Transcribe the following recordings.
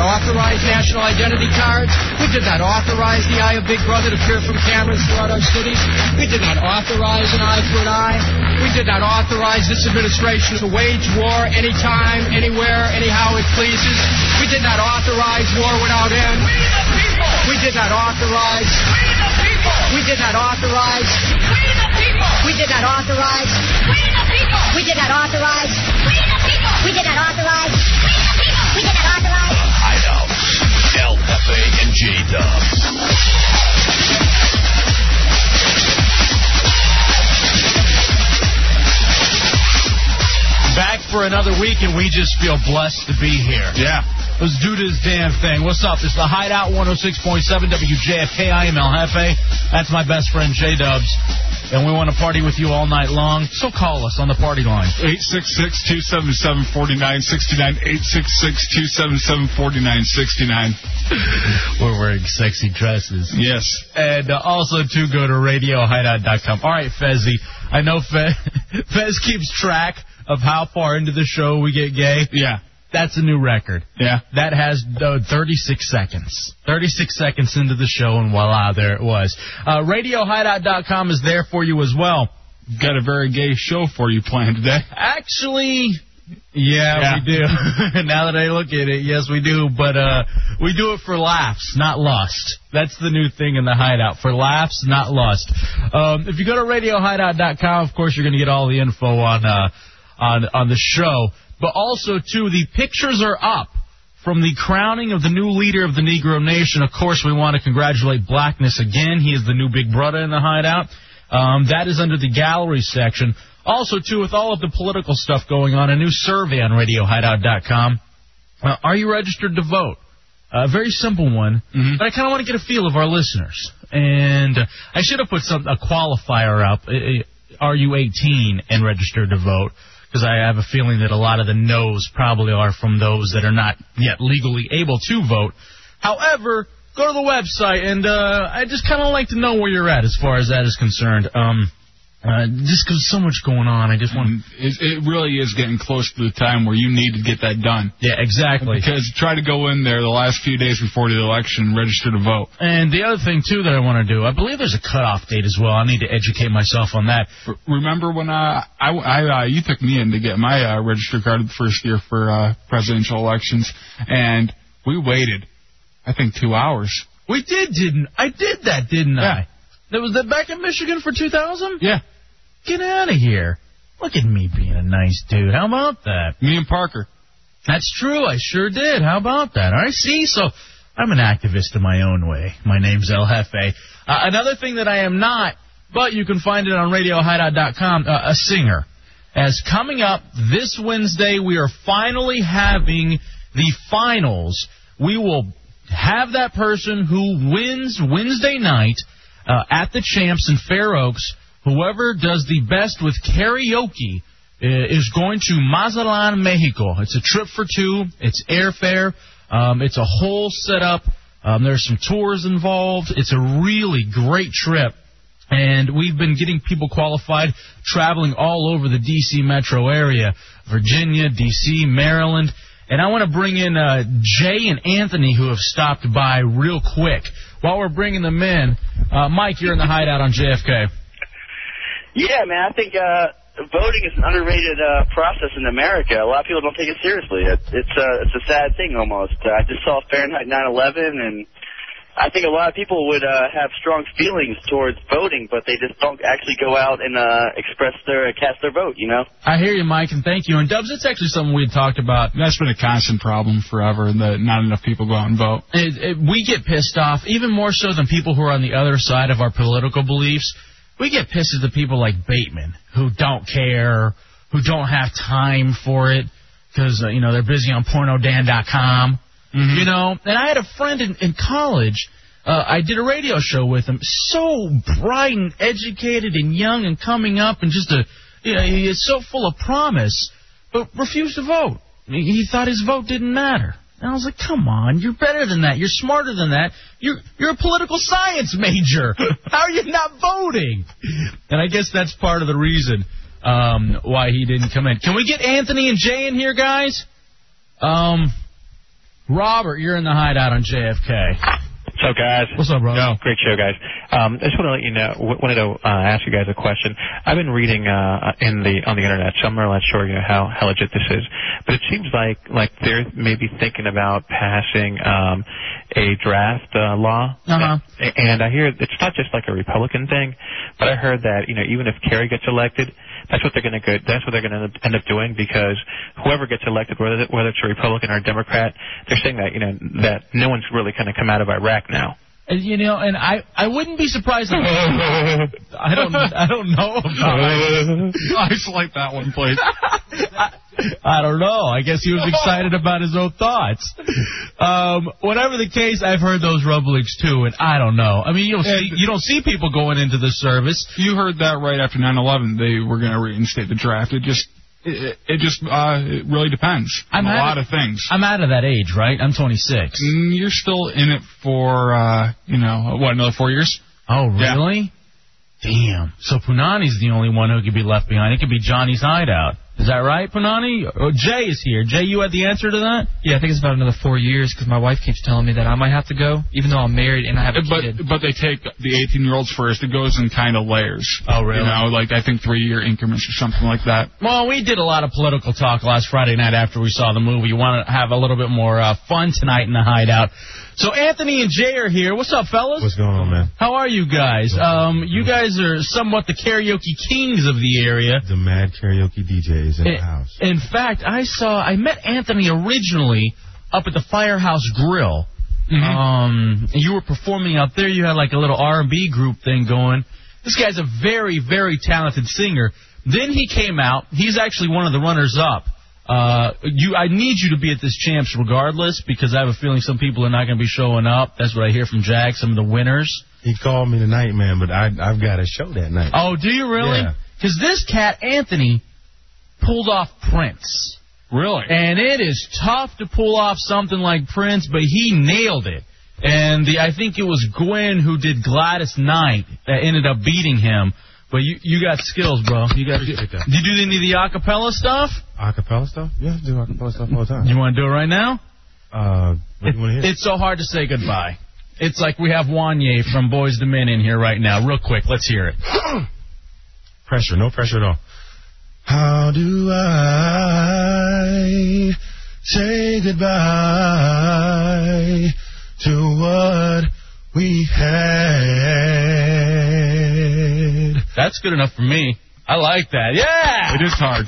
authorized national identity cards. We did not authorize the eye of Big Brother to peer from cameras throughout our cities. We did not authorize an eye for an eye. We did not authorize this administration to wage war anytime, anywhere, anyhow it pleases. We did not authorize war without end. We the people. We did not authorize. We the people. We did not authorize. We the people. We did not authorize. We the people. We did not authorize. We the people. We did not authorize. We the people. We did not authorize. Hideout. LFA and J Dubs. Back for another week, and we just feel blessed to be here. Yeah. Let's do this damn thing. What's up? It's the Hideout 106.7 WJFK. I am El Jefe. That's my best friend, J Dubs. And we want to party with you all night long. So call us on the party line. 866-277-4969. 866-277-4969. We're wearing sexy dresses. Yes. And uh, also, to go to radiohideout.com. All right, Fezzi. I know Fez, Fez keeps track of how far into the show we get gay. Yeah. That's a new record. Yeah. That has uh, 36 seconds. 36 seconds into the show, and voila, there it was. Uh, RadioHideout.com is there for you as well. Got a very gay show for you planned today. Actually, yeah, Yeah. we do. now that I look at it, yes, we do. But uh, we do it for laughs, not lust. That's the new thing in the hideout for laughs, not lust. Um, if you go to RadioHideout.com, of course, you're going to get all the info on uh, on on the show. But also, too, the pictures are up from the crowning of the new leader of the Negro Nation. Of course, we want to congratulate Blackness again. He is the new big brother in the hideout. Um, that is under the gallery section. Also, too, with all of the political stuff going on, a new survey on RadioHideout.com. Uh, are you registered to vote? A very simple one, but I kind of want to get a feel of our listeners. And uh, I should have put some a qualifier up. uh, uh, Are you 18 and registered to vote? Because I have a feeling that a lot of the no's probably are from those that are not yet legally able to vote. However, go to the website, and uh, I just kind of like to know where you're at as far as that is concerned. Um, uh, just 'cause so much going on, I just want. It, it really is getting close to the time where you need to get that done. Yeah, exactly. Because try to go in there the last few days before the election and register to vote. And the other thing too that I want to do, I believe there's a cutoff date as well. I need to educate myself on that. R- Remember when uh, I, I uh, you took me in to get my uh, register card the first year for uh, presidential elections, and we waited, I think, two hours. We did, didn't I? Did that, didn't Yeah. I? That was that back in Michigan for 2000. Yeah, Get out of here! Look at me being a nice dude. How about that? me and Parker. That's true. I sure did. How about that? I see. So I'm an activist in my own way. My name's El Jefe. Uh, another thing that I am not, but you can find it on RadioHideout.com, uh, a singer. As coming up this Wednesday, we are finally having the finals. We will have that person who wins Wednesday night uh, at the Champs in Fair Oaks. Whoever does the best with karaoke uh, is going to Mazatlan, Mexico. It's a trip for two. It's airfare. Um, it's a whole setup. Um, there's some tours involved. It's a really great trip. And we've been getting people qualified traveling all over the D.C. metro area Virginia, D.C., Maryland. And I want to bring in uh, Jay and Anthony, who have stopped by real quick. While we're bringing them in, uh, Mike, you're in the hideout on JFK. Yeah, man, I think uh, voting is an underrated uh, process in America. A lot of people don't take it seriously. It, it's a it's a sad thing almost. Uh, I just saw Fahrenheit 9/11, and I think a lot of people would uh, have strong feelings towards voting, but they just don't actually go out and uh, express their cast their vote. You know? I hear you, Mike, and thank you. And Dubs, it's actually something we had talked about. That's been a constant problem forever, and that not enough people go out and vote. It, it, we get pissed off even more so than people who are on the other side of our political beliefs. We get pissed at the people like Bateman who don't care, who don't have time for it because uh, you know they're busy on pornodan.com. You know, and I had a friend in, in college. Uh, I did a radio show with him. So bright and educated and young and coming up and just a, you know, he is so full of promise, but refused to vote. He he thought his vote didn't matter. And I was like, come on, you're better than that. You're smarter than that. You're you're a political science major. How are you not voting? And I guess that's part of the reason um, why he didn't come in. Can we get Anthony and Jay in here, guys? Um, Robert, you're in the hideout on JFK. What's up, guys? What's up, bro? No. Great show, guys. Um, I just want to let you know, w- wanted to uh, ask you guys a question. I've been reading uh, in the on the internet, so I'm not sure you know, how how legit this is, but it seems like like they're maybe thinking about passing um, a draft uh, law. Uh-huh. A- And I hear it's not just like a Republican thing, but I heard that you know even if Kerry gets elected, that's what they're going to go. That's what they're going to end up doing because whoever gets elected, whether whether it's a Republican or a Democrat, they're saying that you know that no one's really going to come out of Iraq now. And, you know, and I, I wouldn't be surprised. If, I don't I don't know about. Isolate that one, please. I don't know. I guess he was excited about his own thoughts. Um, whatever the case, I've heard those rumblings too, and I don't know. I mean, you don't see you don't see people going into the service. You heard that right after 9/11. They were going to reinstate the draft. It just, it, it just, uh, it really depends. I'm on a at lot it. of things. I'm out of that age, right? I'm 26. Mm, You're still in it for, uh, you know, what another four years? Oh, Yeah. really? Damn. So Punani's the only one who could be left behind. It could be Johnny's hideout. Is that right, Punani? Oh, Jay is here. Jay, you had the answer to that? Yeah, I think it's about another four years because my wife keeps telling me that I might have to go, even though I'm married and I have a kid. But but they take the 18 year olds first. It goes in kind of layers. Oh, really? You know, like I think three year increments or something like that. Well, we did a lot of political talk last Friday night after we saw the movie. You want to have a little bit more uh, fun tonight in the hideout. So Anthony and Jay are here. What's up, fellas? What's going on, man? How are you guys? Um, you guys are somewhat the karaoke kings of the area. Eh, The mad karaoke DJ is in the In- house. In fact, I saw I met Anthony originally up at the Firehouse Grill. Mm-hmm. Um, and you were performing out there. You had like a little R&B group thing going. This guy's a very, very talented singer. Then he came out. He's actually one of the runners up. Uh, you, I need you to be at this champs regardless because I have a feeling some people are not going to be showing up. That's what I hear from Jack. Some of the winners. He called me tonight, man, but I, I've got a show that night. Oh, do you really? Yeah. Because this cat Anthony pulled off Prince. Really? And it is tough to pull off something like Prince, but he nailed it. And the, I think it was Gwen who did Gladys Knight that ended up beating him. But you you got skills, bro. You got. Did Appreciate that. you do any of the acapella stuff? Acapella stuff? Yeah, I do acapella stuff all the time. You want to do it right now? Uh, what do you want to hear? It's so hard to say goodbye. It's like we have Wanye from Boys to Men in here right now. Real quick, let's hear it. pressure, no pressure at all. How do I say goodbye to what we Mm, had? That's good enough for me. I like that. Yeah. It is hard.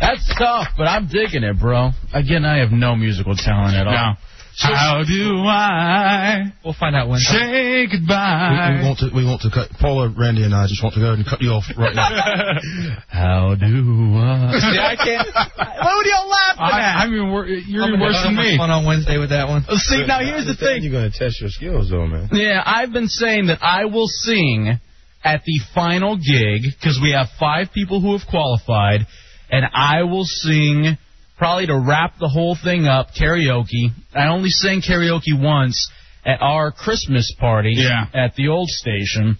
That's tough, but I'm digging it, bro. Again, I have no musical talent at all. Now, how do I We'll find out when. say We, we goodbye? want to, we want to cut, Paula, Randy, and I just want to go ahead and cut you off right now. How do I? See, Uh, I can't. What are y'all laughing I, I mean, wor- you're I'm worse than me. on Wednesday with that one. at? See, now here's the thing. You're going to test your skills, though, man. Yeah, I've been saying that I will sing at the final gig because we have five people who have qualified, and I will sing probably to wrap the whole thing up karaoke. I only sang karaoke once at our Christmas party Yeah. at the old station,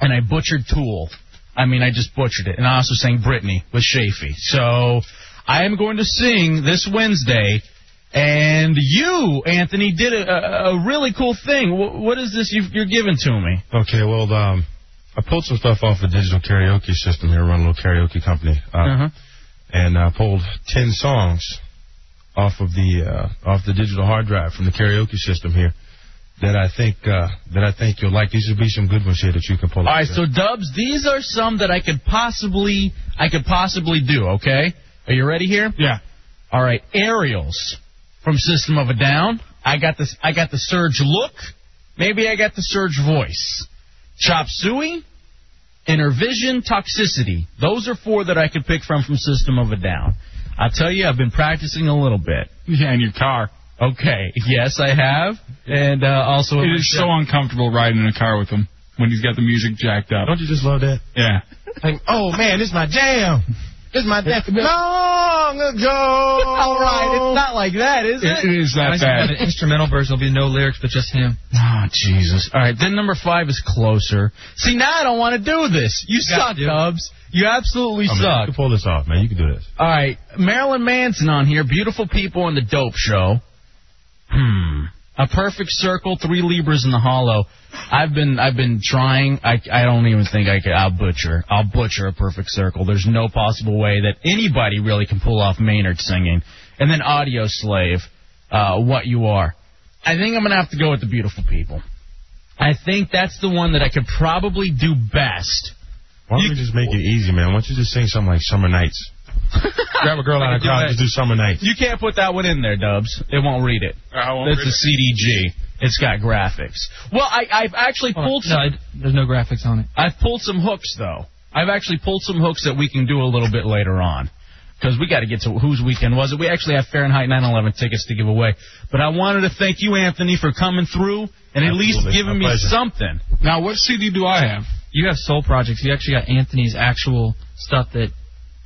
and I butchered Tool. I mean, I just butchered it, and I also sang Britney with Shafee. So I am going to sing this Wednesday. And you, Anthony, did a, a, a really cool thing. Wh- what is this you've, you're giving to me? Okay, well, um, I pulled some stuff off a digital karaoke system here, run a little karaoke company, uh, Uh-huh. and I pulled ten songs off of the uh, off the digital hard drive from the karaoke system here that I think uh, that I think you'll like. These would be some good ones here that you can pull. All right, so Dubs, these are some that I could possibly, I could possibly do. Okay, are you ready here? Yeah. All right, Aerials from System of a Down. I got this. I got the Surge look. Maybe I got the Surge voice. Chop Suey, Inner Vision, Toxicity. Those are four that I could pick from from System of a Down. I'll tell you, I've been practicing a little bit. Yeah, in your car. Okay. Yes, I have, and uh, also It is so uncomfortable riding in a car with him when he's got the music jacked up. don't you just love that? Yeah. Like, oh man, this is my jam. This is my jam. Long ago. All not like that, is It, it is that Have bad. an instrumental version. There'll be no lyrics, but just him. Oh, Jesus. All right, then number five is closer. See, now I don't want to do this. You suck, Dubs. You absolutely I mean, you suck. can pull this off, man. You can do this. All right, Marilyn Manson on here. Beautiful people on the Dope Show. Hmm. A perfect circle, three libras in the hollow. I've been I've been trying. I I don't even think I could. I'll butcher. I'll butcher a perfect circle. There's no possible way that anybody really can pull off Maynard singing. And then Audio Slave, uh, What You Are. I think I'm gonna have to go with the Beautiful People. I think that's the one that I could probably do best. Why don't we just make it easy, man? Why don't you just sing something like Summer Nights? Grab a girl out of do crowd, that. just do Summer Nights. You can't put that one in there, Dubs. It won't read it. It's a CDG. It's got graphics. Well, I, I've actually Oh, pulled No, some. it- there's no graphics on it. I've pulled some hooks though. I've actually pulled some hooks that we can do a little bit later on. Because we got to get to whose weekend was it. We actually have Fahrenheit 9/11 tickets to give away. But I wanted to thank you, Anthony, for coming through and at least Absolutely. giving My me pleasure. something. Now, what CD do I have? You have soul projects. You actually got Anthony's actual stuff that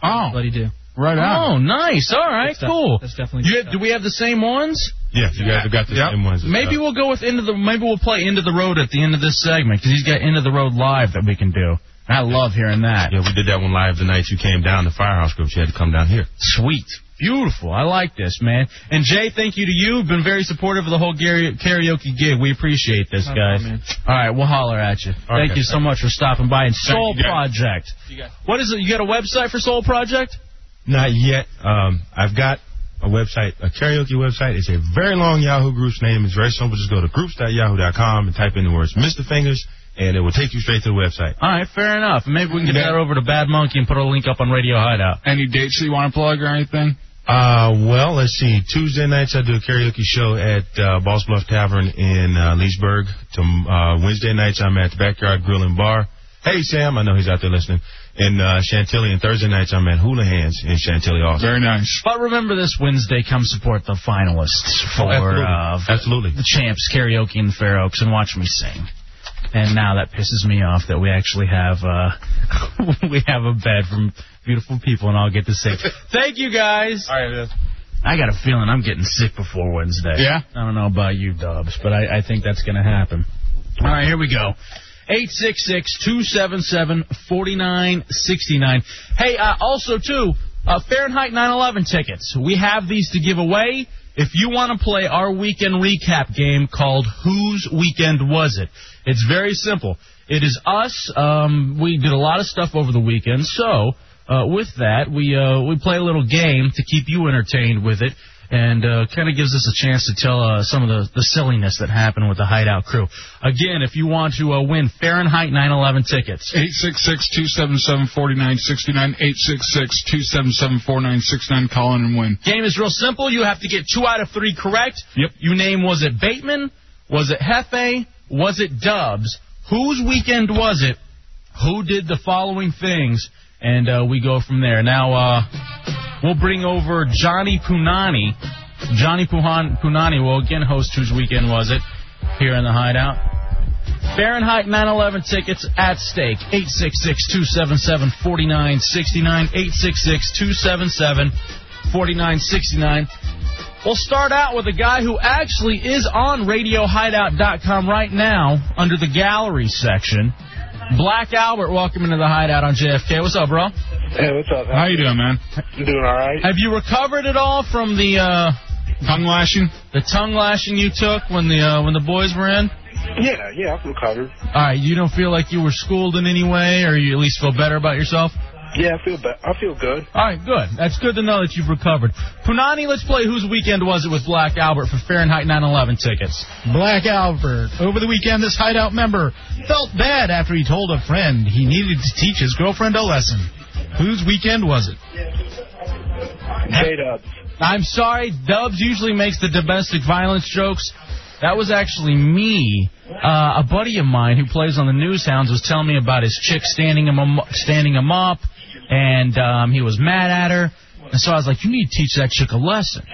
Oh, Buddy do. right on. Oh, nice. All right, Stuff. cool. That's definitely. You good do we have the same ones? Yeah, you guys have got the Yep. same ones. and Maybe stuff. we'll go with end of the. Maybe we'll play end of the road at the end of this segment because he's got end of the road live that we can do. And I love hearing that. Yeah, we did that one live the night you came down. The Firehouse Group, you had to come down here. Sweet. Beautiful. I like this, man. And Jay, thank you to you. You've been very supportive of the whole gary- karaoke gig. We appreciate this, No guys. problem, man. All right, we'll holler at you. Thank Okay, you so much for stopping by. And Soul you, guys. Project. What is it? You got a website for Soul Project? Not yet. Um, I've got a website, a karaoke website. It's a very long Yahoo group's name. It's very simple. Just go to groups.yahoo.com and type in the words Mr. Fingers, and it will take you straight to the website. All right, fair enough. Maybe we can get that over to Bad Monkey and put a link up on Radio Hideout. Any dates that you want to plug or anything? Uh, well, let's see. Tuesday nights I do a karaoke show at uh, Boss Bluff Tavern in uh, Leesburg. To, uh, Wednesday nights I'm at the Backyard Grill and Bar. Hey Sam, I know he's out there listening. In uh, Chantilly, and Thursday nights I'm at Hula Hands in Chantilly also. Very nice. But remember this Wednesday, come support the finalists for uh, Absolutely. the champs karaoke in the Fair Oaks and watch me sing. And now that pisses me off that we actually have uh we have a bed from beautiful people and I'll get to sing. Thank you guys. All right, I got a feeling I'm getting sick before Wednesday. Yeah? I don't know about you, Dubs, but I, I think that's gonna happen. All right, here we go. 866-277-4969. Hey, uh, also too, uh, Fahrenheit 9/11 tickets. We have these to give away. If you want to play our weekend recap game called Whose Weekend Was It? It's very simple. It is us. Um, we did a lot of stuff over the weekend, so uh, with that, we uh, we play a little game to keep you entertained with it, and uh, kind of gives us a chance to tell uh, some of the, the silliness that happened with the Hideout crew. Again, if you want to uh, win Fahrenheit 9/11 tickets, 866-277-4969, 866-277-4969, call in and win. game is real simple. You have to get two out of three correct. Yep. You name was it Bateman? Was it Hefe? Was it Dubs? Whose weekend was it? Who did the following things? And uh, we go from there. Now uh, we'll bring over Johnny Punani. Johnny Puhan, Punani will again host whose weekend was it here in the hideout. Fahrenheit 911 tickets at stake. 866-277-4969. 866-277-4969. We'll start out with a guy who actually is on RadioHideout.com right now under the gallery section. Black Albert, welcome into the hideout on JFK. What's up, bro? Hey, what's up? How you doing, man? I'm doing all right. Have you recovered at all from the uh, Tongue lashing? the tongue lashing you took when the uh, when the boys were in? Yeah, yeah, I'm recovered. All right, you don't feel like you were schooled in any way, or you at least feel better about yourself? Yeah, I feel be- I feel good. All right, good. That's good to know that you've recovered. Punani, let's play Whose Weekend Was It with Black Albert for Fahrenheit 911 tickets. Black Albert. Over the weekend, this hideout member felt bad after he told a friend he needed to teach his girlfriend a lesson. Whose weekend was it? J Dubs. I'm sorry, Dubs usually makes the domestic violence jokes. That was actually me. Uh, a buddy of mine who plays on the Newshounds was telling me about his chick standing him um, standing him up, and um, he was mad at her. And so I was like, "You need to teach that chick a lesson.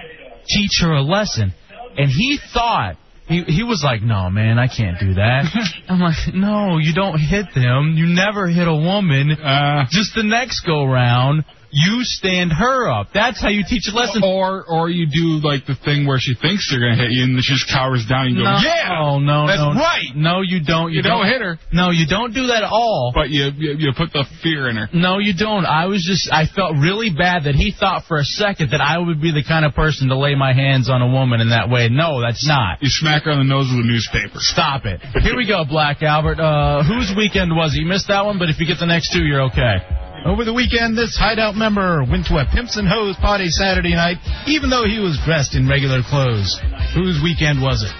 Teach her a lesson." And he thought he he was like, "No, man, I can't do that." I'm like, "No, you don't hit them. You never hit a woman." Uh, just the next go round, You stand her up. That's how you teach a lesson. Or or you do like the thing where she thinks they're gonna hit you and then she just cowers down and you go, no, yeah. no, no, that's no. right. No, you don't. You, You don't hit her. No, you don't do that at all. But you, you you put the fear in her. No, you don't. I was just, I felt really bad that he thought for a second that I would be the kind of person to lay my hands on a woman in that way. No, that's not. You smack her on the nose with a newspaper. Stop it. Here we go, Black Albert. Uh, whose weekend was it? You missed that one, but if you get the next two, you're okay. Over the weekend, this hideout member went to a pimps and hoes party Saturday night, even though he was dressed in regular clothes. Whose weekend was it?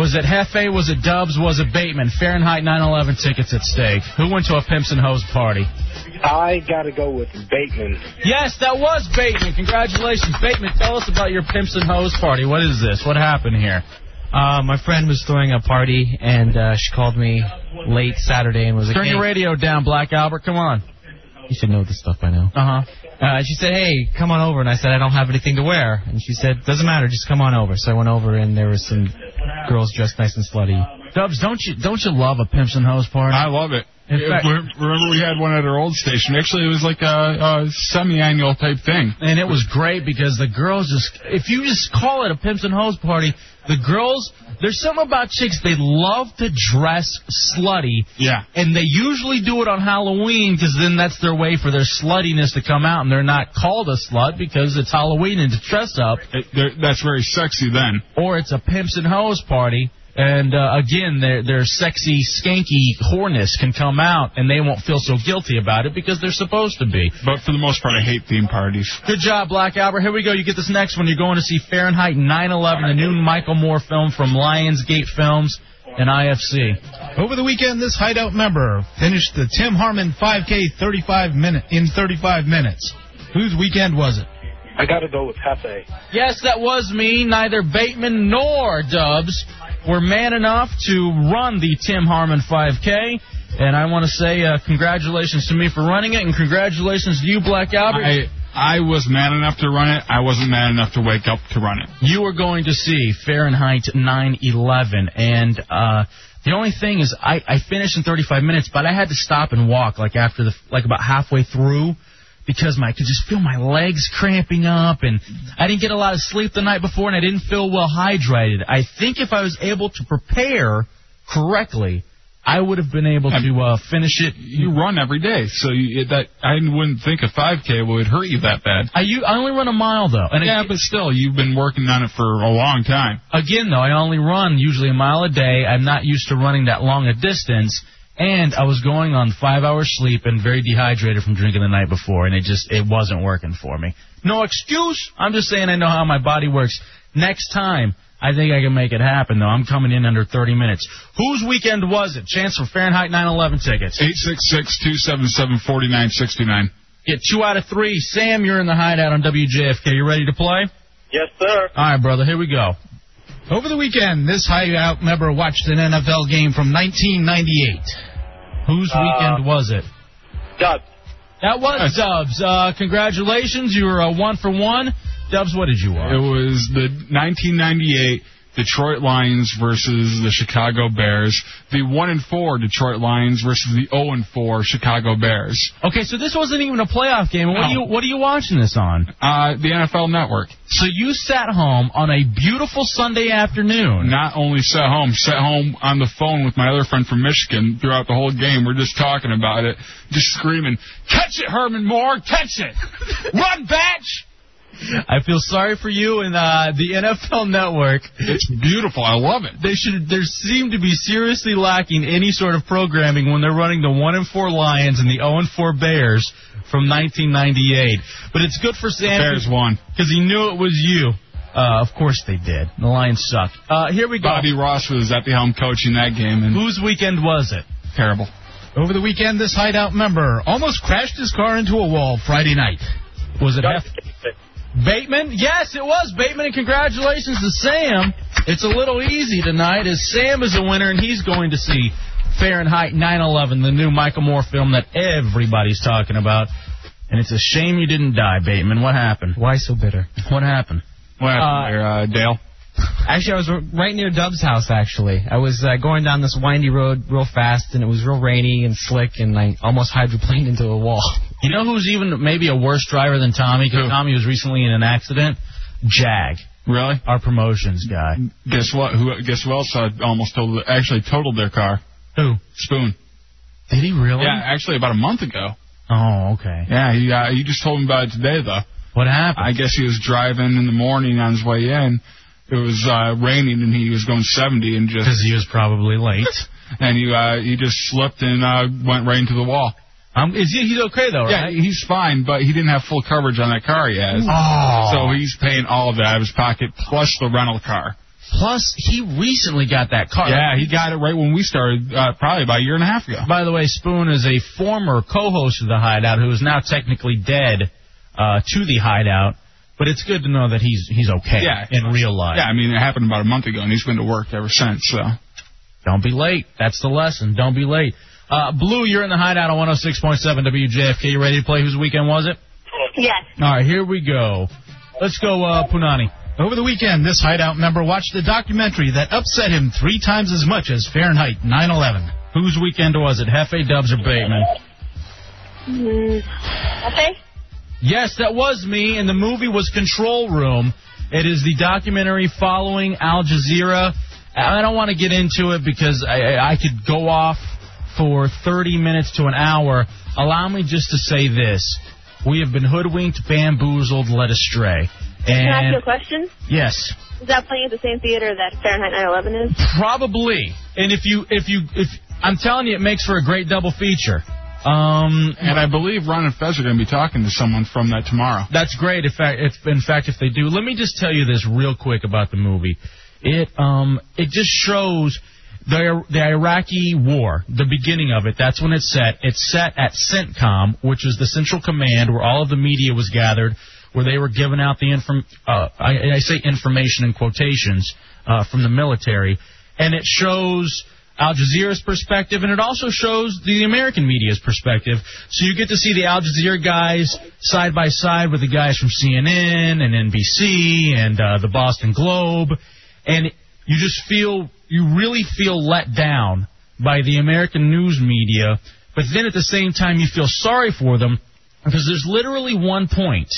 Was it Hefe? Was it Dubs? Was it Bateman? Fahrenheit 9/11 tickets at stake. Who went to a pimps and hoes party? I gotta go with Bateman. Yes, that was Bateman. Congratulations, Bateman. Tell us about your pimps and hoes party. What is this? What happened here? Uh, my friend was throwing a party, and uh, she called me late Saturday and was like, Turn your hey, radio down, Black Albert. Come on. you should know this stuff by now. Uh huh. Uh, she said, hey, come on over. And I said, I don't have anything to wear. And she said, doesn't matter, just come on over. So I went over, and there were some girls dressed nice and slutty. Dubs, don't you don't you love a pimps and hoes party? I love it. In Yeah, fact- re- remember we had one at our old station. Actually, it was like a, a semi-annual type thing. and it was great because the girls just if you just call it a pimps and hoes party the girls there's something about chicks they love to dress slutty Yeah. and they usually do it on halloween because then that's their way for their sluttiness to come out and they're not called a slut because it's halloween and it's dress up It- they're- that's very sexy then. or it's a pimps and hoes party and uh, again their their sexy skanky whoreness can come out and they won't feel so guilty about it because they're supposed to be But for the most part, I hate theme parties. Good job, Black Albert. Here we go. You get this next one. You're going to see Fahrenheit 9/11, the new Michael Moore film from Lionsgate Films and IFC. Over the weekend, this hideout member finished the Tim Harmon 5K 35 minute in 35 minutes. Whose weekend was it? I gotta go with Hefe. Yes, that was me. Neither Bateman nor Dubs were man enough to run the Tim Harmon 5K. And I want to say uh, congratulations to me for running it, and congratulations to you, Black Albert. I I was mad enough to run it. I wasn't mad enough to wake up to run it. you are going to see Fahrenheit 9/11, and uh, the only thing is, I, I finished in 35 minutes, but I had to stop and walk like after the like about halfway through because my, I could just feel my legs cramping up, and I didn't get a lot of sleep the night before, and I didn't feel well hydrated. I think if I was able to prepare correctly, I would have been able to uh, finish it. You run every day, so you, it- that I wouldn't think a 5K would hurt you that bad. I, u- I only run a mile though, and Yeah, it, but still, you've been working on it for a long time. again though, I only run usually a mile a day. I'm not used to running that long a distance, and I was going on five hours sleep and very dehydrated from drinking the night before, and it just it wasn't working for me. No excuse. I'm just saying I know how my body works. Next time. I think I can make it happen, though. I'm coming in under 30 minutes. Whose weekend was it? Chance for Fahrenheit 9/11 tickets. Eight six six two seven seven forty nine sixty nine. Get two out of three. Sam, you're in the hideout on WJFK. You ready to play? Yes, sir. All right, brother. Here we go. Over the weekend, this hideout member watched an NFL game from 1998. Whose Uh, weekend was it? Dubs. That was Dubs. Uh, congratulations, you were uh, a one for one. Dubs, what did you It want? was the 1998 Detroit Lions versus the Chicago Bears. The one and four Detroit Lions versus the 0 and four Chicago Bears. Okay, so this wasn't even a playoff game. What are you What are you watching this on? Uh, the NFL Network. So you sat home on a beautiful Sunday afternoon. Not only sat home, sat home on the phone with my other friend from Michigan throughout the whole game. We're just talking about it, just screaming, "Catch it, Herman Moore! Catch it! Run, batch!" I feel sorry for you and uh, the NFL Network. It's beautiful. I love it. They should. There seem to be seriously lacking any sort of programming when they're running the one and four Lions and the zero and four Bears from 1998. But it's good for Sam. Bears won. because he knew it was you. Uh, of course they did. The Lions suck. Uh, here we go. Bobby Ross was at the helm coaching that game, and Whose weekend was it? terrible. Over the weekend, this hideout member almost crashed his car into a wall Friday night. Was it Dubs. Hef- Bateman? Yes, it was Bateman. And congratulations to Sam. It's a little easy tonight as Sam is a winner and he's going to see Fahrenheit 9/11, the new Michael Moore film that everybody's talking about. And it's a shame you didn't die, Bateman. What happened? Why so bitter? What happened? What happened there, uh, Dale? Actually, I was r- right near Dub's house, actually. I was uh, going down this windy road real fast, and it was real rainy and slick, and I almost hydroplaned into a wall. You know who's even maybe a worse driver than Tommy? Because Tommy was recently in an accident. Jag. Really? Our promotions guy. Guess what? Who? Guess who else uh, almost totaled? Actually, totaled their car. Who? Spoon. Did he really? Yeah, actually, about a month ago. Oh, okay. Yeah, he uh, he just told me about it today though. What happened? I guess he was driving in the morning on his way in. It was uh, raining and he was going 70 and just. Because he was probably late. and he uh, he just slipped and uh, went right into the wall. Um, is he, he's okay though, yeah, right? he's fine, but he didn't have full coverage on that car he has. Oh. So he's paying all of that out of his pocket plus the rental car. Plus, he recently got that car. Yeah, he got it right when we started, uh, probably about a year and a half ago. By the way, Spoon is a former co-host of the Hideout who is now technically dead uh, to the Hideout, but it's good to know that he's he's okay Yeah. in real life. Yeah, I mean, it happened about a month ago, and he's been to work ever since, so. Don't be late. That's the lesson. Don't be late. Uh, Blue, you're in the Hideout on 106.7 WJFK. You ready to play? Whose weekend was it? Yes. All right, here we go. Let's go, uh, Punani. Over the weekend, this hideout member watched a documentary that upset him three times as much as Fahrenheit 9/11. Whose weekend was it? Hefe, Dubs, or Bateman? Mm, okay. Yes, that was me, and the movie was Control Room. It is the documentary following Al Jazeera. I don't want to get into it because I, I I could go off for 30 minutes to an hour. Allow me just to say this. We have been hoodwinked, bamboozled, led astray. Can I ask you a And question? yes, Is that playing at the same theater that Fahrenheit 9/11 is? probably. And if you if you if I'm telling you it makes for a great double feature. Um, and I believe Ron and Fez are going to be talking to someone from that tomorrow. That's great. If, I, if in fact, if they do, let me just tell you this real quick about the movie. It um it just shows the the Iraqi war, the beginning of it. That's when it's set. It's set at CENTCOM, which is the Central Command, where all of the media was gathered, where they were giving out the inform. Uh, I, I say information in quotations uh, from the military, and it shows. Al Jazeera's perspective, and it also shows the American media's perspective. So you get to see the Al Jazeera guys side by side with the guys from CNN and NBC and uh, the Boston Globe, and you just feel you really feel let down by the American news media. But then at the same time, you feel sorry for them because there's literally one point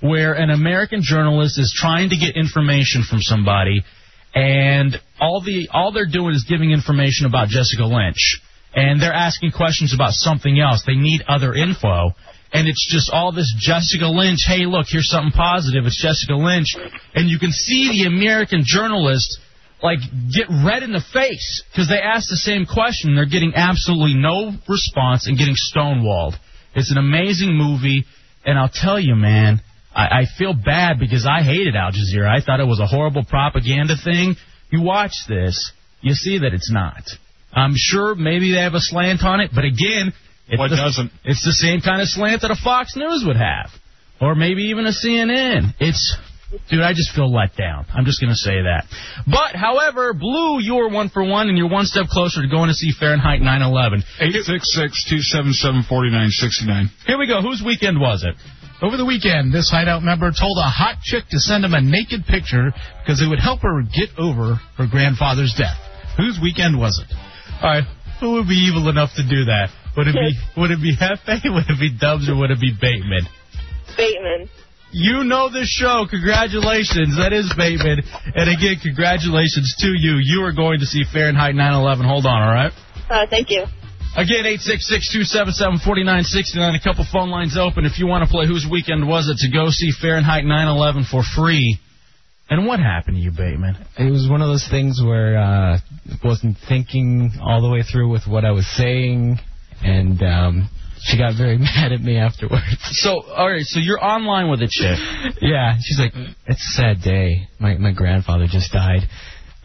where an American journalist is trying to get information from somebody, and all the all they're doing is giving information about Jessica Lynch, and they're asking questions about something else. They need other info, and it's just all this Jessica Lynch. Hey, look, here's something positive. It's Jessica Lynch, and you can see the American journalist like get red in the face because they ask the same question. They're getting absolutely no response and getting stonewalled. It's an amazing movie, and I'll tell you, man, I, I feel bad because I hated Al Jazeera. I thought it was a horrible propaganda thing. You watch this, you see that it's not. I'm sure maybe they have a slant on it, but again, it's What the, doesn't? It's the same kind of slant that a Fox News would have, or maybe even a CNN. It's Dude, I just feel let down. I'm just going to say that. But, however, Blue, you are one for one, and you're one step closer to going to see Fahrenheit 9/11. 866-277-4969. Here we go. Whose weekend was it? Over the weekend, this hideout member told a hot chick to send him a naked picture because it would help her get over her grandfather's death. Whose weekend was it? All right, who would be evil enough to do that? Would it be would it be Hefe? Would it be Dubs? Or would it be Bateman? Bateman. You know this show. Congratulations. That is Bateman. And again, congratulations to you. You are going to see Fahrenheit 9/11. Hold on, all right? Uh, thank you. Again, 866-277-4969. A couple phone lines open if you want to play Whose Weekend Was It to go see Fahrenheit 9/11 for free. And what happened to you, Bateman? It was one of those things where uh, I wasn't thinking all the way through with what I was saying, and um, she got very mad at me afterwards. So, all right, so you're online with a chick. Yeah, she's like, it's a sad day. My my grandfather just died,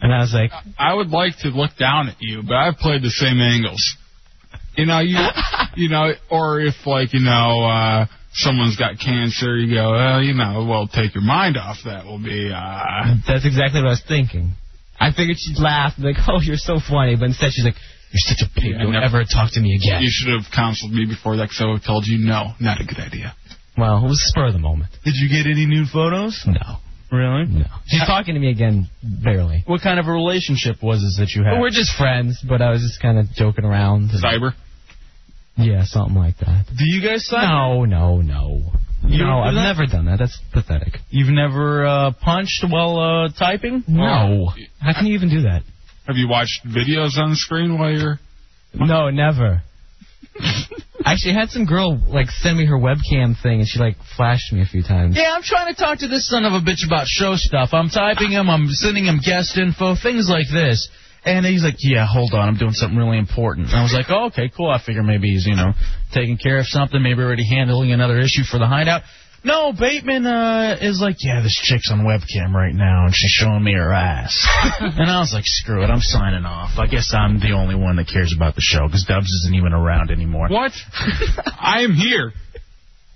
and I was like, I would like to look down at you, but I've played the same angles. You know, you you know, or if like you know uh someone's got cancer, you go, well, you know, well, take your mind off that. Will be uh that's exactly what I was thinking. I figured she'd laugh, like, oh, you're so funny, but instead she's like, you're such a pig. Yeah, Don't never- ever talk to me again. You should have counseled me before that, so I told you no, not a good idea. Well, it was spur of the moment. Did you get any nude photos? No. Really? No. She's talking to me again, barely. What kind of a relationship was this that you had? We're just friends, but I was just kind of joking around. Cyber. Yeah, something like that. Do you guys sign? No, no, no. no, You don't do I've that? never done that. That's pathetic. You've never uh, punched while uh, typing? No. How can you even do that? Have you watched videos on the screen while you're? No, never. Actually, I had some girl like send me her webcam thing, and she like flashed me a few times. Yeah, I'm trying to talk to this son of a bitch about show stuff. I'm typing him, I'm sending him guest info, things like this. And he's like, yeah, hold on, I'm doing something really important. And I was like, oh, okay, cool. I figure maybe he's, you know, taking care of something, maybe already handling another issue for the hideout. No, Bateman uh, is like, yeah, this chick's on webcam right now, and she's showing me her ass. and I was like, screw it, I'm signing off. I guess I'm the only one that cares about the show because Dubs isn't even around anymore. What? I am here.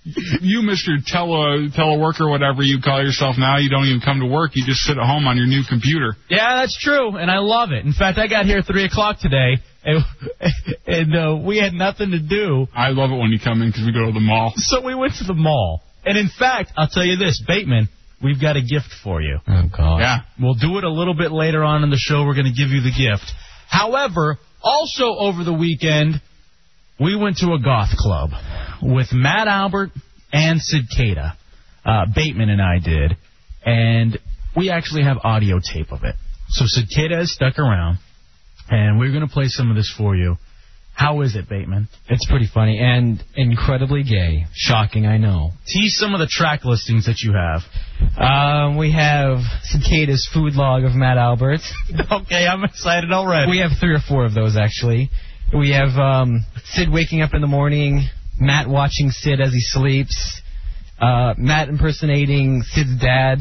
You, Mister Tele Teleworker, whatever you call yourself now, you don't even come to work. You just sit at home on your new computer. Yeah, that's true, and I love it. In fact, I got here at three o'clock today, and, and uh, we had nothing to do. I love it when you come in because we go to the mall. So we went to the mall, and in fact, I'll tell you this, Bateman, we've got a gift for you. Oh God. Yeah, we'll do it a little bit later on in the show. We're going to give you the gift. However, also over the weekend, we went to a goth club with Matt Albert and Sid Cada. Uh, Bateman and I did, and we actually have audio tape of it. So Sid Cada has stuck around, and we're going to play some of this for you. How is it, Bateman? It's pretty funny and incredibly gay. Shocking, I know. Tease some of the track listings that you have. Um, we have Cicada's food log of Matt Albert. okay, I'm excited already. We have three or four of those actually. We have um, Sid waking up in the morning, Matt watching Sid as he sleeps, uh, Matt impersonating Sid's dad,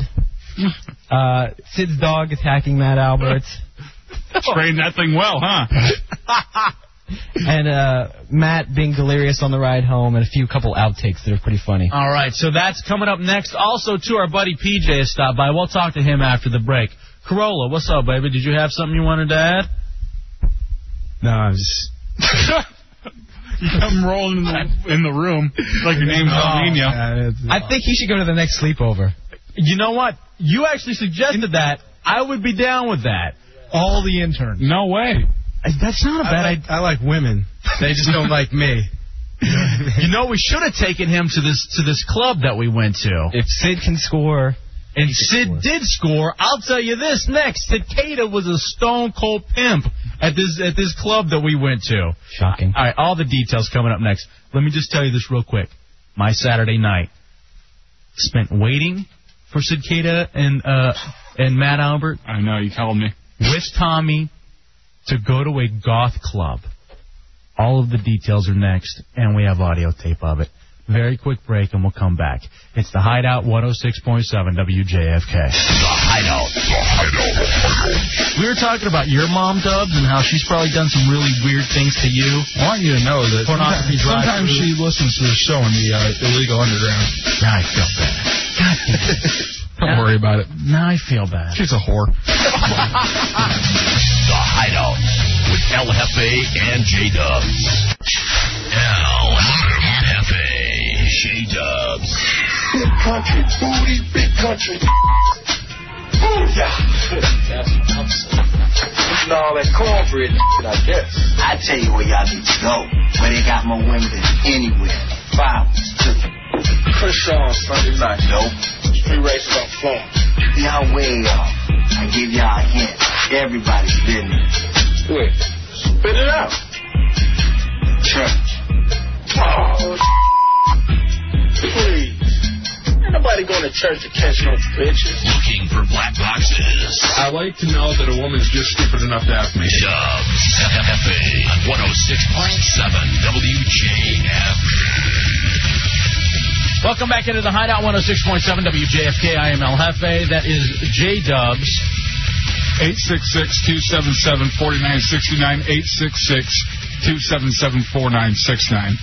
uh, Sid's dog attacking Matt Albert, Trained that thing well, huh? and uh, Matt being delirious on the ride home, and a few couple outtakes that are pretty funny. All right, so that's coming up next. Also, to our buddy PJ has stopped by. We'll talk to him after the break. Corolla, what's up, baby? Did you have something you wanted to add? No, I was. you come rolling in the, in the room like your Oh, name's Alvino. I think he should go to the next sleepover. You know what? You actually suggested that. I would be down with that. All the interns. No way. That's not a bad idea. I like women. They just don't like me. you know, we should have taken him to this to this club that we went to. If Sid can score, And Sid did score. I'll tell you this next. Takeda was a stone cold pimp at this at this club that we went to. shocking. All right, all the details coming up next. Let me just tell you this real quick. My Saturday night spent waiting for Sid Cada and uh, and Matt Albert I know you called me. with Tommy to go to a goth club. All of the details are next, and we have audio tape of it. Very quick break, and we'll come back. It's the Hideout 106.7 WJFK. Hideout. The Hideout. We were talking about your mom, Dubs, and how she's probably done some really weird things to you. I want you to know that Pornography sometimes, sometimes drive-thru. she listens to the show in the uh, illegal underground. Now I feel bad. Don't worry about it. Now I feel bad. She's a whore. The Hideout. With LFA and J Dubs. LFA. J Dubs. Big country, booty, big country. Eating all that cornbread, I guess. I tell you where y'all need to go, where they got more women than anywhere. Violence, cooking. Kershaw on Sunday night. Nope. Street races on Florence. Y'all way off. I give y'all a hint. Everybody's business. Wait, spit it out. Church. Oh, please. Ain't nobody going to church to catch no bitches. Looking for black boxes. I like to know that a woman's just stupid enough to ask me. Dubs. LFA. 106.7 WJFK. Welcome back into the Hideout 106.7 WJFK. I am El Jefe. That is J Dubs. 866-277-4969, 866-277-4969.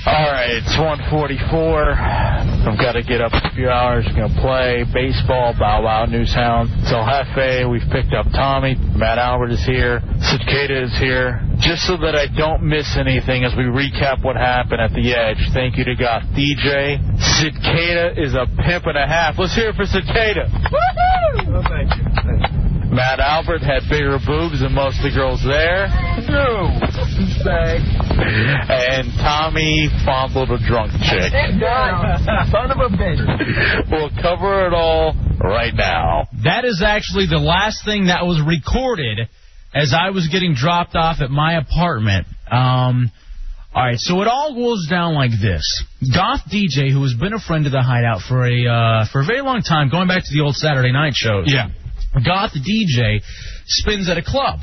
All right, it's 144. I've got to get up a few hours. I'm going to play baseball, Bow Wow, New Sound. So Hefe, we've picked up Tommy. Matt Albert is here. Cicada is here. Just so that I don't miss anything as we recap what happened at the edge, thank you to God. DJ, Cicada is a pimp and a half. Let's hear it for Cicada. thank you. Matt Matt Albert had bigger boobs than most of the girls there. No. And Tommy fondled a drunk chick. Son of a bitch. We'll cover it all right now. That is actually the last thing that was recorded as I was getting dropped off at my apartment. Um, all right, so it all rolls down like this. Goth DJ, who has been a friend of the Hideout for a uh, for a very long time, going back to the old Saturday night shows. Yeah. Goth DJ spins at a club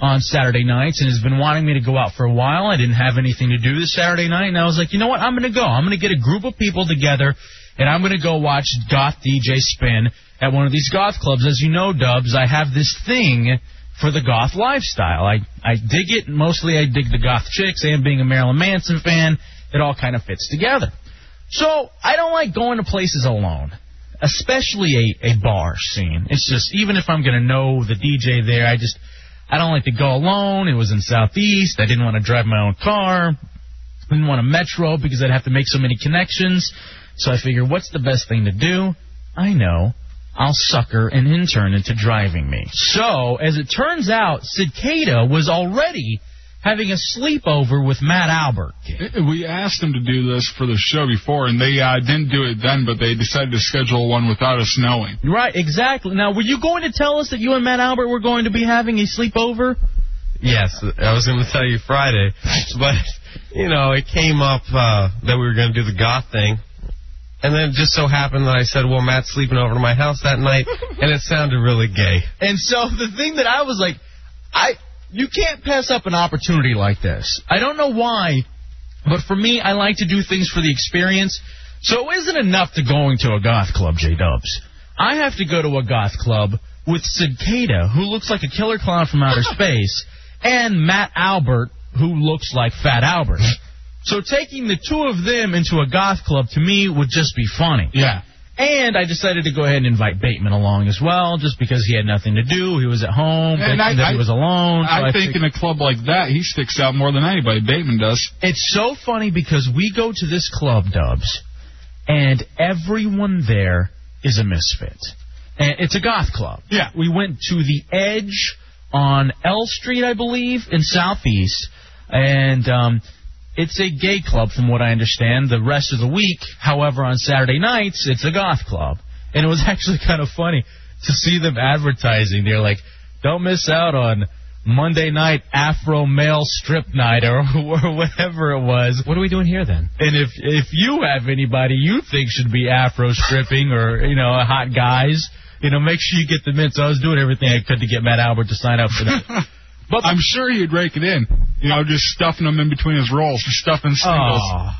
on Saturday nights and has been wanting me to go out for a while. I didn't have anything to do this Saturday night, and I was like, you know what? I'm going to go. I'm going to get a group of people together, and I'm going to go watch Goth DJ spin at one of these goth clubs. As you know, Dubs, I have this thing for the goth lifestyle. I, I dig it. and Mostly I dig the goth chicks, and being a Marilyn Manson fan, it all kind of fits together. So I don't like going to places alone especially a, a bar scene. It's just even if I'm gonna know the DJ there, I just I don't like to go alone. It was in Southeast. I didn't want to drive my own car. Didn't want a metro because I'd have to make so many connections. So I figure, what's the best thing to do? I know. I'll sucker an intern into driving me. So, as it turns out, Cicada was already having a sleepover with Matt Albert. We asked them to do this for the show before, and they uh, didn't do it then, but they decided to schedule one without us knowing. Right, exactly. Now, were you going to tell us that you and Matt Albert were going to be having a sleepover? Yes, I was going to tell you Friday, but you know it came up uh, that we were going to do the goth thing, and then it just so happened that I said, "Well, Matt's sleeping over to my house that night," and it sounded really gay. And so the thing that I was like, I you can't pass up an opportunity like this. I don't know why, but for me, I like to do things for the experience. So it isn't enough to going to a goth club, J Dubs. I have to go to a goth club with Cicada, who looks like a killer clown from outer space, and Matt Albert, who looks like Fat Albert. So taking the two of them into a goth club to me would just be funny. Yeah. And I decided to go ahead and invite Bateman along as well, just because he had nothing to do. He was at home, And I- and that he I- was alone. so I, think figured- in a club like that, he sticks out more than anybody. Bateman does. It's so funny because we go to this club, Dubs, and everyone there is a misfit. And it's a goth club. Yeah. We went to the Edge on L Street, I believe, in Southeast, and um, it's a gay club, from what I understand. The rest of the week, however, on Saturday nights, it's a goth club, and it was actually kind of funny to see them advertising. They're like, "Don't miss out on." Monday night Afro male strip night or, or whatever it was. What are we doing here then? And if if you have anybody you think should be Afro stripping or you know hot guys, you know make sure you get them in. So I was doing everything I could to get Matt Albert to sign up for that. But I'm sure he'd rake it in. You know, just stuffing them in between his rolls, just stuffing singles. Aw.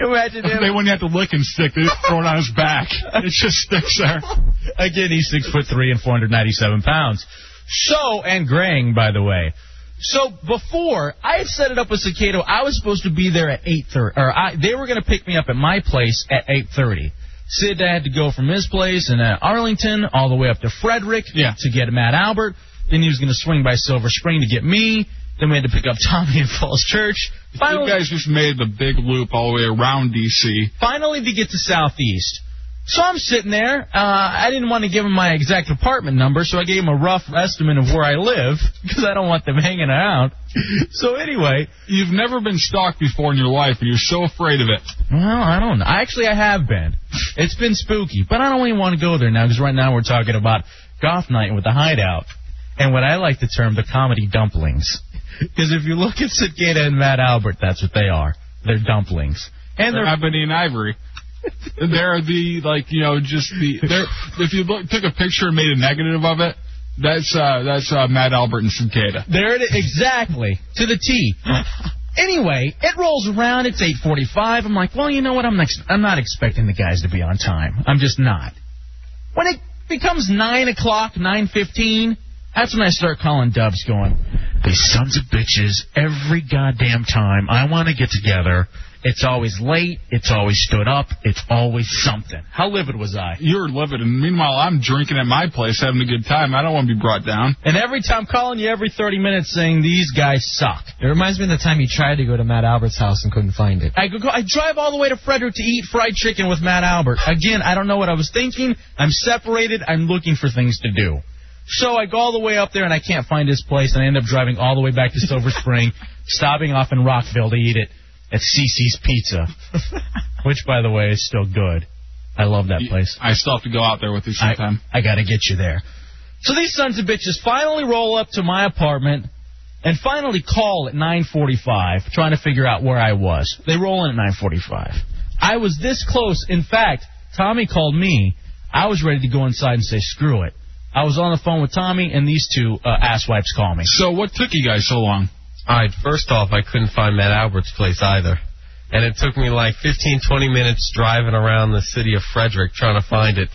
Imagine him. They wouldn't have to lick and stick. They just throw it on his back. It just sticks there. Again, he's six foot three and 497 pounds. So, and graying, by the way. So before I had set it up with Cicado, I was supposed to be there at 8:30, or I, they were going to pick me up at my place at 8:30. Sid had to go from his place in uh, Arlington all the way up to Frederick to get Matt Albert. Then he was going to swing by Silver Spring to get me. Then we had to pick up Tommy in Falls Church. Finally, You guys just made the big loop all the way around D.C. finally to get to Southeast. So I'm sitting there. Uh, I didn't want to give him my exact apartment number, so I gave him a rough estimate of where I live because I don't want them hanging around. So anyway, you've never been stalked before in your life, and you're so afraid of it. Well, I don't know. Actually, I have been. It's been spooky, but I don't even want to go there now because right now we're talking about Goth Night with the Hideout and what I like to term the comedy dumplings. Because if you look at Cicada and Matt Albert, that's what they are. They're dumplings. And they're ebony and ivory. they're the like you know just the they're if you look, took a picture and made a negative of it, that's uh that's uh, Matt Albert and Cicada. There it is. Exactly. To the T. Anyway, it rolls around. It's 8:45. I'm like, well, you know what? I'm not, I'm not expecting the guys to be on time. I'm just not. When it becomes nine o'clock, 9:15, that's when I start calling Dubs, going, "These sons of bitches! Every goddamn time I want to get together, it's always late. It's always stood up. It's always something." How livid was I? You're livid, and meanwhile I'm drinking at my place, having a good time. I don't want to be brought down. And every time calling you every 30 minutes saying these guys suck. It reminds me of the time you tried to go to Matt Albert's house and couldn't find it. I go, I drive all the way to Frederick to eat fried chicken with Matt Albert. Again, I don't know what I was thinking. I'm separated. I'm looking for things to do. So I go all the way up there and I can't find his place, and I end up driving all the way back to Silver Spring, stopping off in Rockville to eat it at CC's Pizza, which by the way is still good. I love that place. I still have to go out there with you sometime. I, I got to get you there. So these sons of bitches finally roll up to my apartment and finally call at 9:45, trying to figure out where I was. They roll in at 9:45. I was this close. In fact, Tommy called me. I was ready to go inside and say screw it. I was on the phone with Tommy, and these two uh, asswipes call me. So what took you guys so long? All right, first off, I couldn't find Matt Albert's place either. And it took me like 15, 20 minutes driving around the city of Frederick trying to find it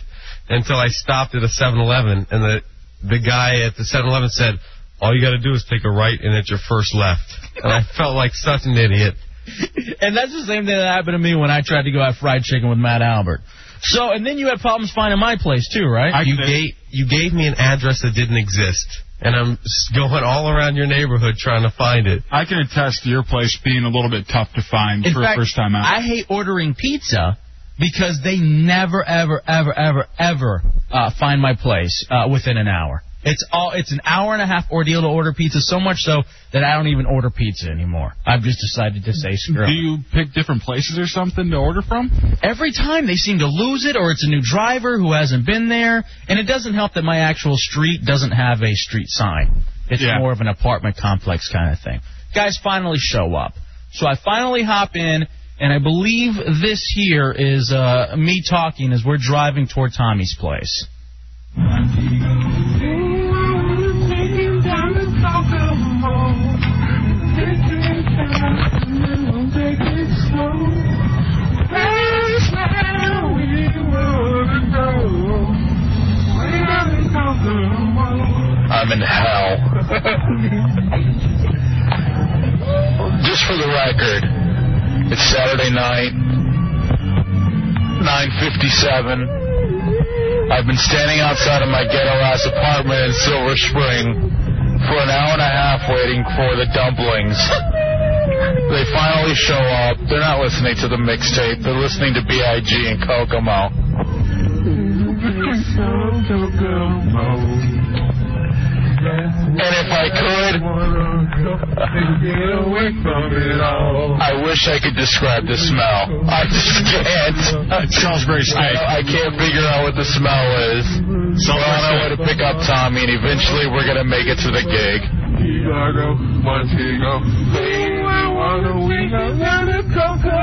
until I stopped at a 7 Eleven. And the, the guy at the 7 Eleven said, All you got to do is take a right and it's your first left. And I felt like such an idiot. and that's the same thing that happened to me when I tried to go have fried chicken with Matt Albert. So, and then you had problems finding my place too, right? you gave you gave me an address that didn't exist, and I'm s- going all around your neighborhood trying to find it. I can attest to your place being a little bit tough to find In for fact, a first time out. I hate ordering pizza because they never, ever, ever, ever, ever uh, find my place uh, within an hour. It's all it's an hour and a half ordeal to order pizza, so much so that I don't even order pizza anymore. I've just decided to say screw. Do it. you pick different places or something to order from? Every time they seem to lose it, or it's a new driver who hasn't been there, and it doesn't help that my actual street doesn't have a street sign. It's more of an apartment complex kind of thing. Guys finally show up, so I finally hop in, and I believe this here is uh, me talking as we're driving toward Tommy's place. I'm in hell. Just for the record, it's Saturday night, 9:57. I've been standing outside of my ghetto ass apartment in Silver Spring for an hour and a half waiting for the dumplings. They finally show up. They're not listening to the mixtape. They're listening to B.I.G. and Kokomo. Mm-hmm. And if I could, I wish I could describe the smell. I just can't. Salisbury steak. I can't figure out what the smell is. So we're on our way to pick up Tommy, and eventually we're gonna make it to the gig.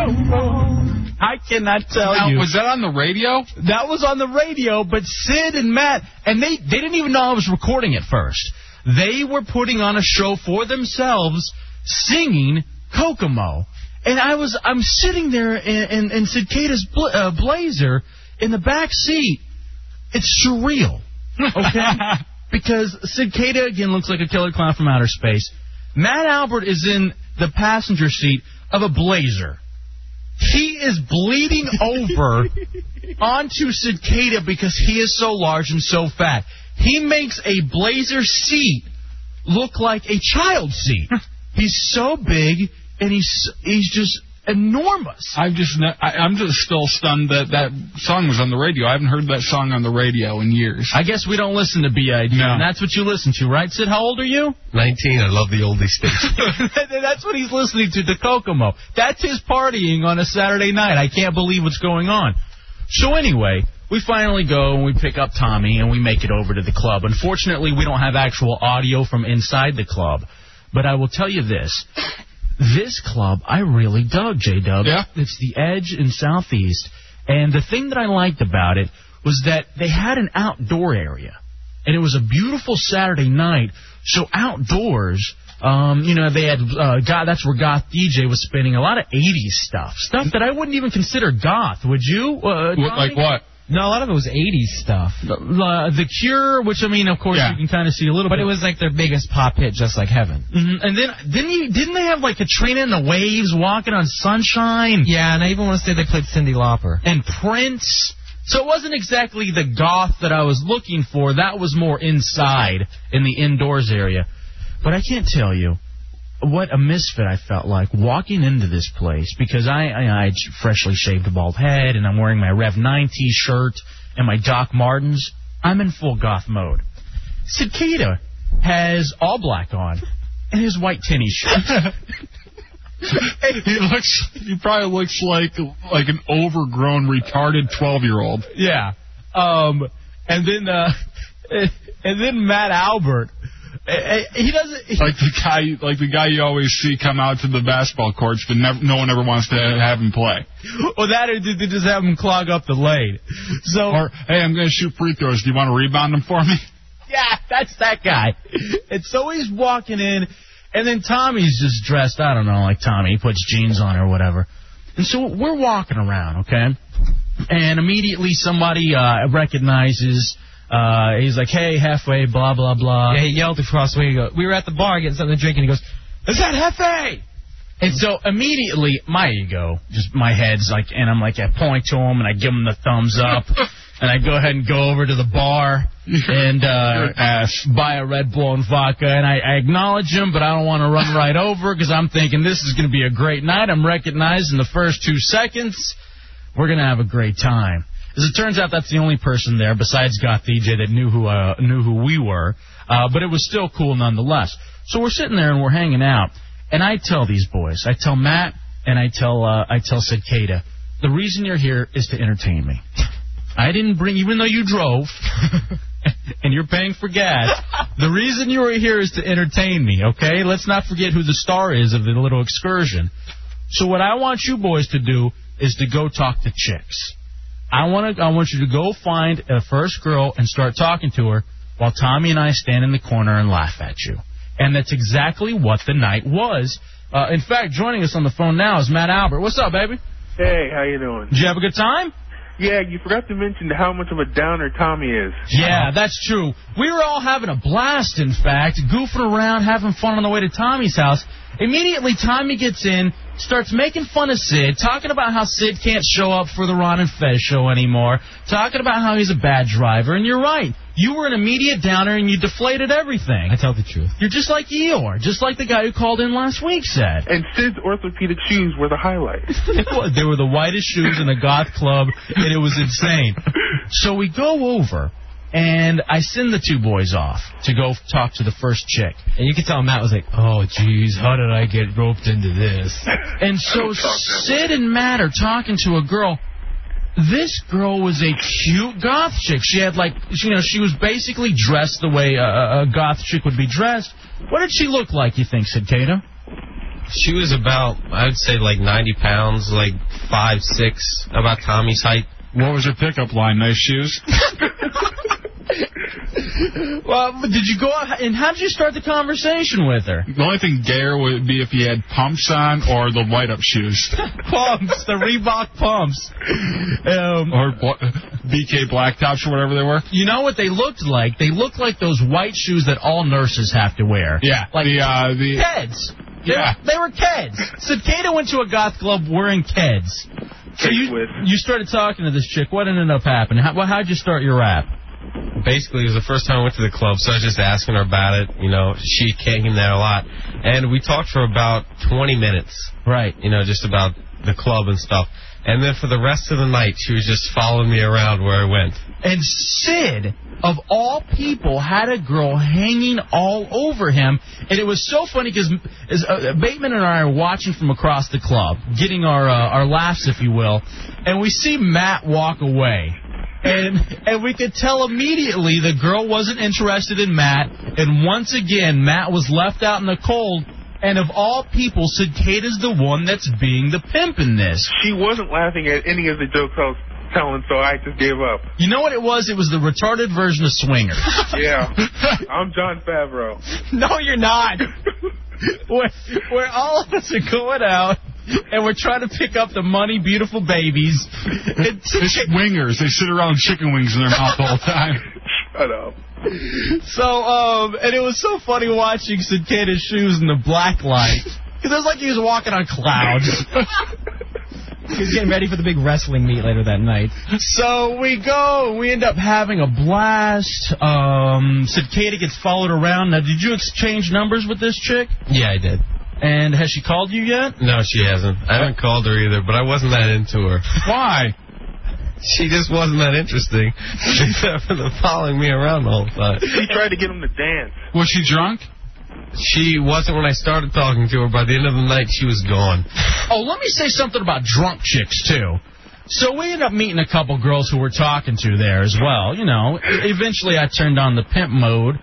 I cannot tell Now, you. was that on the radio? That was on the radio, but Sid and Matt, and they, they didn't even know I was recording at first. They were putting on a show for themselves singing Kokomo. And I was, I'm sitting there in, in, in Cicada's bl- uh, blazer in the back seat. It's surreal, okay? because Cicada again looks like a killer clown from outer space. Matt Albert is in the passenger seat of a blazer. He is bleeding over onto Cicada because he is so large and so fat. He makes a blazer seat look like a child seat. He's so big and he's he's just enormous. I'm just ne- I, I'm just still stunned that that song was on the radio. I haven't heard that song on the radio in years. I guess we don't listen to B.I.G. And that's what you listen to, right, Sid? How old are you? 19. I love the oldie station. that's what he's listening to, to Kokomo. That's his partying on a Saturday night. I can't believe what's going on. So anyway, we finally go and we pick up Tommy and we make it over to the club. Unfortunately, we don't have actual audio from inside the club, but I will tell you this. This club I really dug, J Dub. Yeah. It's the Edge in Southeast, and the thing that I liked about it was that they had an outdoor area and it was a beautiful Saturday night. So outdoors, um, you know, they had uh, God. That's where goth DJ was spinning a lot of '80s stuff, stuff that I wouldn't even consider goth. Would you? Uh, like what? No, a lot of it was '80s stuff. The, uh, the Cure, which I mean, of course, you can kind of see a little But bit. it was like their biggest pop hit, just like Heaven. Mhm. And then didn't you, didn't they have like Katrina and the Waves walking on sunshine? Yeah, and I even want to say they played Cindy Lauper. and Prince. So it wasn't exactly the goth that I was looking for. That was more inside in the indoors area. But I can't tell you what a misfit I felt like walking into this place because I I, I had freshly shaved a bald head and I'm wearing my Rev 9 t-shirt and my Doc Martens. I'm in full goth mode. Cicada has all black on and his white tennis shoes. he looks. He probably looks like like an overgrown, retarded twelve-year-old. Yeah. Um, and then uh, and then Matt Albert. eh, eh, He doesn't. he- Like the guy, like the guy you always see come out to the basketball courts, but never, no one ever wants to have him play. Well, that or did they just have him clog up the lane? So, or hey, I'm going to shoot free throws. Do you want to rebound them for me? Yeah, that's that guy. And so he's walking in, and then Tommy's just dressed, I don't know, like Tommy. He puts jeans on or whatever. And so we're walking around, okay? And immediately somebody uh, recognizes, uh, he's like, hey, halfway, blah, blah, blah. Yeah, he yelled across the way. He go- We were at the bar getting something to drink, and he goes, Is that Hefe? And so immediately my ego, just my head's like, and I'm like, I point to him and I give him the thumbs up, and I go ahead and go over to the bar and uh, buy a Red Bull and vodka, and I, I acknowledge him, but I don't want to run right over because I'm thinking this is going to be a great night. I'm recognized in the first two seconds. We're gonna have a great time. As it turns out, that's the only person there besides Goth DJ that knew who uh, knew who we were. Uh, but it was still cool nonetheless. So we're sitting there and we're hanging out, and I tell these boys, I tell Matt, and I tell uh, I tell Cicada, the reason you're here is to entertain me. I didn't bring, even though you drove, and you're paying for gas. the reason you were here is to entertain me. Okay, let's not forget who the star is of the little excursion. So what I want you boys to do is to go talk to chicks. I want to. I want you to go find a first girl and start talking to her, while Tommy and I stand in the corner and laugh at you. And that's exactly what the night was. Uh, in fact, joining us on the phone now is Matt Albert. What's up, baby? Hey, how you doing? Did you have a good time? Yeah, you forgot to mention how much of a downer Tommy is. Yeah, that's true. We were all having a blast, in fact, goofing around, having fun on the way to Tommy's house. Immediately, Tommy gets in, starts making fun of Sid, talking about how Sid can't show up for the Ron and Fez show anymore, talking about how he's a bad driver, and you're right. You were an immediate downer and you deflated everything. I tell the truth. You're just like Eeyore, just like the guy who called in last week said. And Sid's orthopedic shoes were the highlight. It was- they were the whitest shoes in the goth club, and it was insane. So we go over, and I send the two boys off to go talk to the first chick. And you could tell Matt was like, oh, jeez, how did I get roped into this? And so Sid and Matt are talking to a girl. This girl was a cute goth chick. She had like, you know, she was basically dressed the way a, a a goth chick would be dressed. What did she look like? You think, Sid Cato? She was about, I would say, like 90 pounds, like five six, about Tommy's height. What was her pickup line? Nice shoes. Well, but did you go out and how did you start the conversation with her? The only thing gayer would be if he had pumps on or the light-up shoes. pumps, the Reebok pumps. Um, or bl- BK Blacktops or whatever they were. You know what they looked like? They looked like those white shoes that all nurses have to wear. Yeah, like the, uh, the- Keds. They Yeah. were, they were Keds. Cicada went to a goth club wearing Keds. So you you started talking to this chick. What ended up happening? How, well, how'd you start your rap? Basically, it was the first time I went to the club, so I was just asking her about it. You know, she came there a lot, and we talked for about 20 minutes. Right. You know, just about the club and stuff. And then for the rest of the night, she was just following me around where I went. And Sid, of all people, had a girl hanging all over him. And it was so funny because uh, Bateman and I are watching from across the club, getting our uh, our laughs, if you will. And we see Matt walk away. And and we could tell immediately the girl wasn't interested in Matt. And once again, Matt was left out in the cold. And of all people, Cicada's the one that's being the pimp in this. She wasn't laughing at any of the jokes I was telling, so I just gave up. You know what it was? It was the retarded version of Swinger. Yeah. I'm John Favreau. No, you're not. where, where all of us are going out and we're trying to pick up the money, beautiful babies. And It's wingers. They sit around with chicken wings in their mouth all the time. Shut up. so, um, and it was so funny watching Cicada's shoes in the black light. Because it was like he was walking on clouds. he was getting ready for the big wrestling meet later that night. So we go, we end up having a blast. Um, Cicada gets followed around. Now, did you exchange numbers with this chick? Yeah, I did. And has she called you yet? No, she hasn't. I haven't called her either, but I wasn't that into her. Why? She just wasn't that interesting, except for the following me around the whole time. He tried to get him to dance. Was she drunk? She wasn't when I started talking to her. By the end of the night, she was gone. Oh, let me say something about drunk chicks too. So we ended up meeting a couple girls who we're talking to there as well. You know, E- eventually I turned on the pimp mode,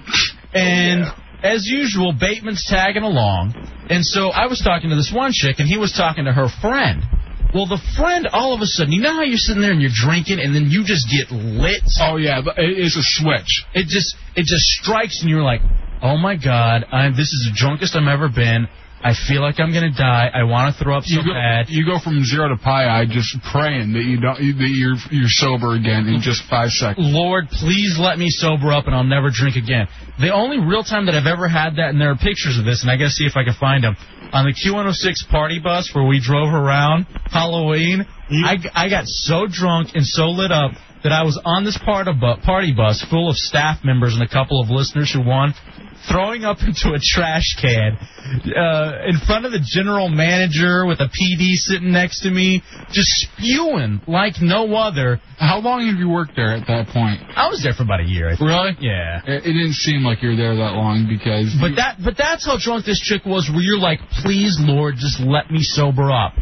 and as usual, Bateman's tagging along, and so I was talking to this one chick, and he was talking to her friend. Well, the friend, all of a sudden, you know how you're sitting there and you're drinking, and then you just get lit. Oh yeah, it's a switch. It just it just strikes, and you're like, oh my god, I'm, this is the drunkest I'm ever been. I feel like I'm gonna die. I want to throw up so You go, bad. you go from zero to pi eye just praying that you don't that you're you're sober again in just five seconds. Lord, please let me sober up and I'll never drink again. The only real time that I've ever had that, and there are pictures of this, and I gotta see if I can find them. On the Q106 party bus where we drove around Halloween, I, I got so drunk and so lit up that I was on this part of bu- party bus full of staff members and a couple of listeners who won, throwing up into a trash can uh, in front of the general manager with a PD sitting next to me, just spewing like no other. How long have you worked there at that point? I was there for about a year. I think. Really? Yeah. It, it didn't seem like you were there that long because. But that, but that's how drunk this chick was. Where you're like, please, Lord, just let me sober up.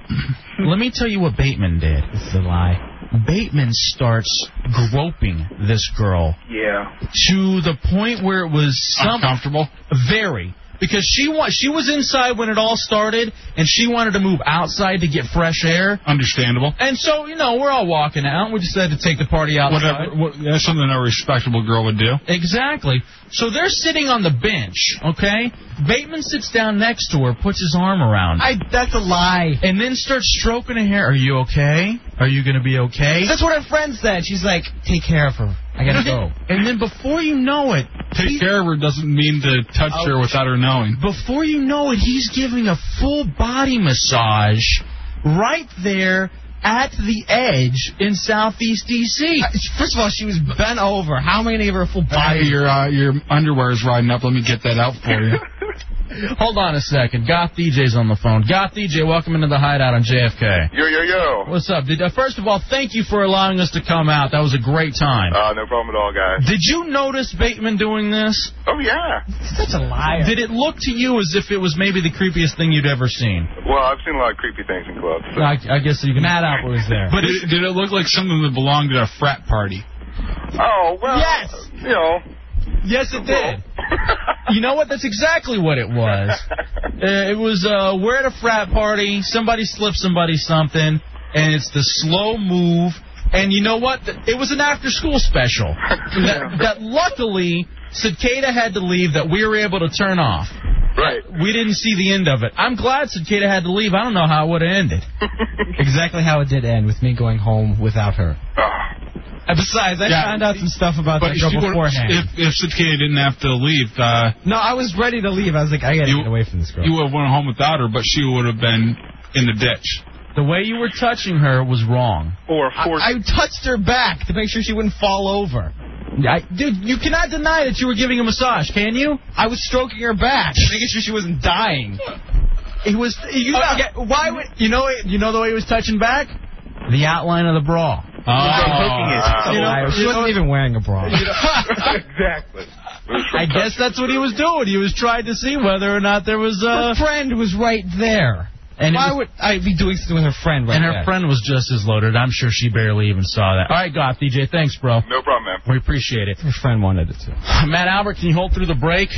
let me tell you what Bateman did. It's a lie. Bateman starts groping this girl Yeah. to the point where it was some, uncomfortable. Very. Because she wa- she was inside when it all started, and she wanted to move outside to get fresh air. Understandable. And so, you know, we're all walking out. We just had to take the party outside. Whatever. What, that's something a respectable girl would do. Exactly. So they're sitting on the bench, okay? Bateman sits down next to her, puts his arm around her. that's a lie. And then starts stroking her hair. Are you okay? Are you going to be okay? That's what her friend said. She's like, take care of her. I gotta go. And then before you know it, Oh. Take care of her doesn't mean to touch her without her knowing. before you know it, he's giving a full body massage right there at the edge in Southeast D.C. First of all, she was bent over. How am I gonna give her a full Hey, body? your uh, your underwear is riding up. Let me get that out for you. Hold on a second. Goth DJ's on the phone. Goth DJ, welcome into the hideout on JFK. Yo, yo, yo. What's up? Did, uh, first of all, thank you for allowing us to come out. That was a great time. Uh, no problem at all, guys. Did you notice Bateman doing this? Oh, yeah. Such a liar. Did it look to you as if it was maybe the creepiest thing you'd ever seen? Well, I've seen a lot of creepy things in clubs. so- I, I guess you can. Matt Apple was there. But did, did it look like something that belonged at a frat party? Oh, well. Yes. You know. Yes, it did. you know what? That's exactly what it was. Uh, it was uh, we're at a frat party. Somebody slipped somebody something, and it's the slow move. And you know what? Th- It was an after-school special that, that luckily Cicada had to leave that we were able to turn off. Right. We didn't see the end of it. I'm glad Cicada had to leave. I don't know how it would have ended. exactly how it did end with me going home without her. And besides, I Yeah. found out some stuff about But that if, girl she would- beforehand. if if Cicada didn't have to leave, uh, no, I was ready to leave. I was like, I gotta get away from this girl. you would have went home without her, but she would have been in the ditch. The way you were touching her was wrong. Or I, I touched her back to make sure she wouldn't fall over. I, dude, you cannot deny that you were giving a massage, can you? I was stroking her back, making sure she wasn't dying. It was you know, why would you know you know the way he was touching back? The outline of the bra. You know, she wasn't even wearing a bra. exactly. I guess that's what he was doing. He was trying to see whether or not there was her uh, friend was right there. And why would I be doing something with her friend right and her there? friend was just as loaded. I'm sure she barely even saw that. All right, Goth DJ, thanks, bro. No problem, man. We appreciate it. Her friend wanted it too. Matt Albert, can you hold through the break?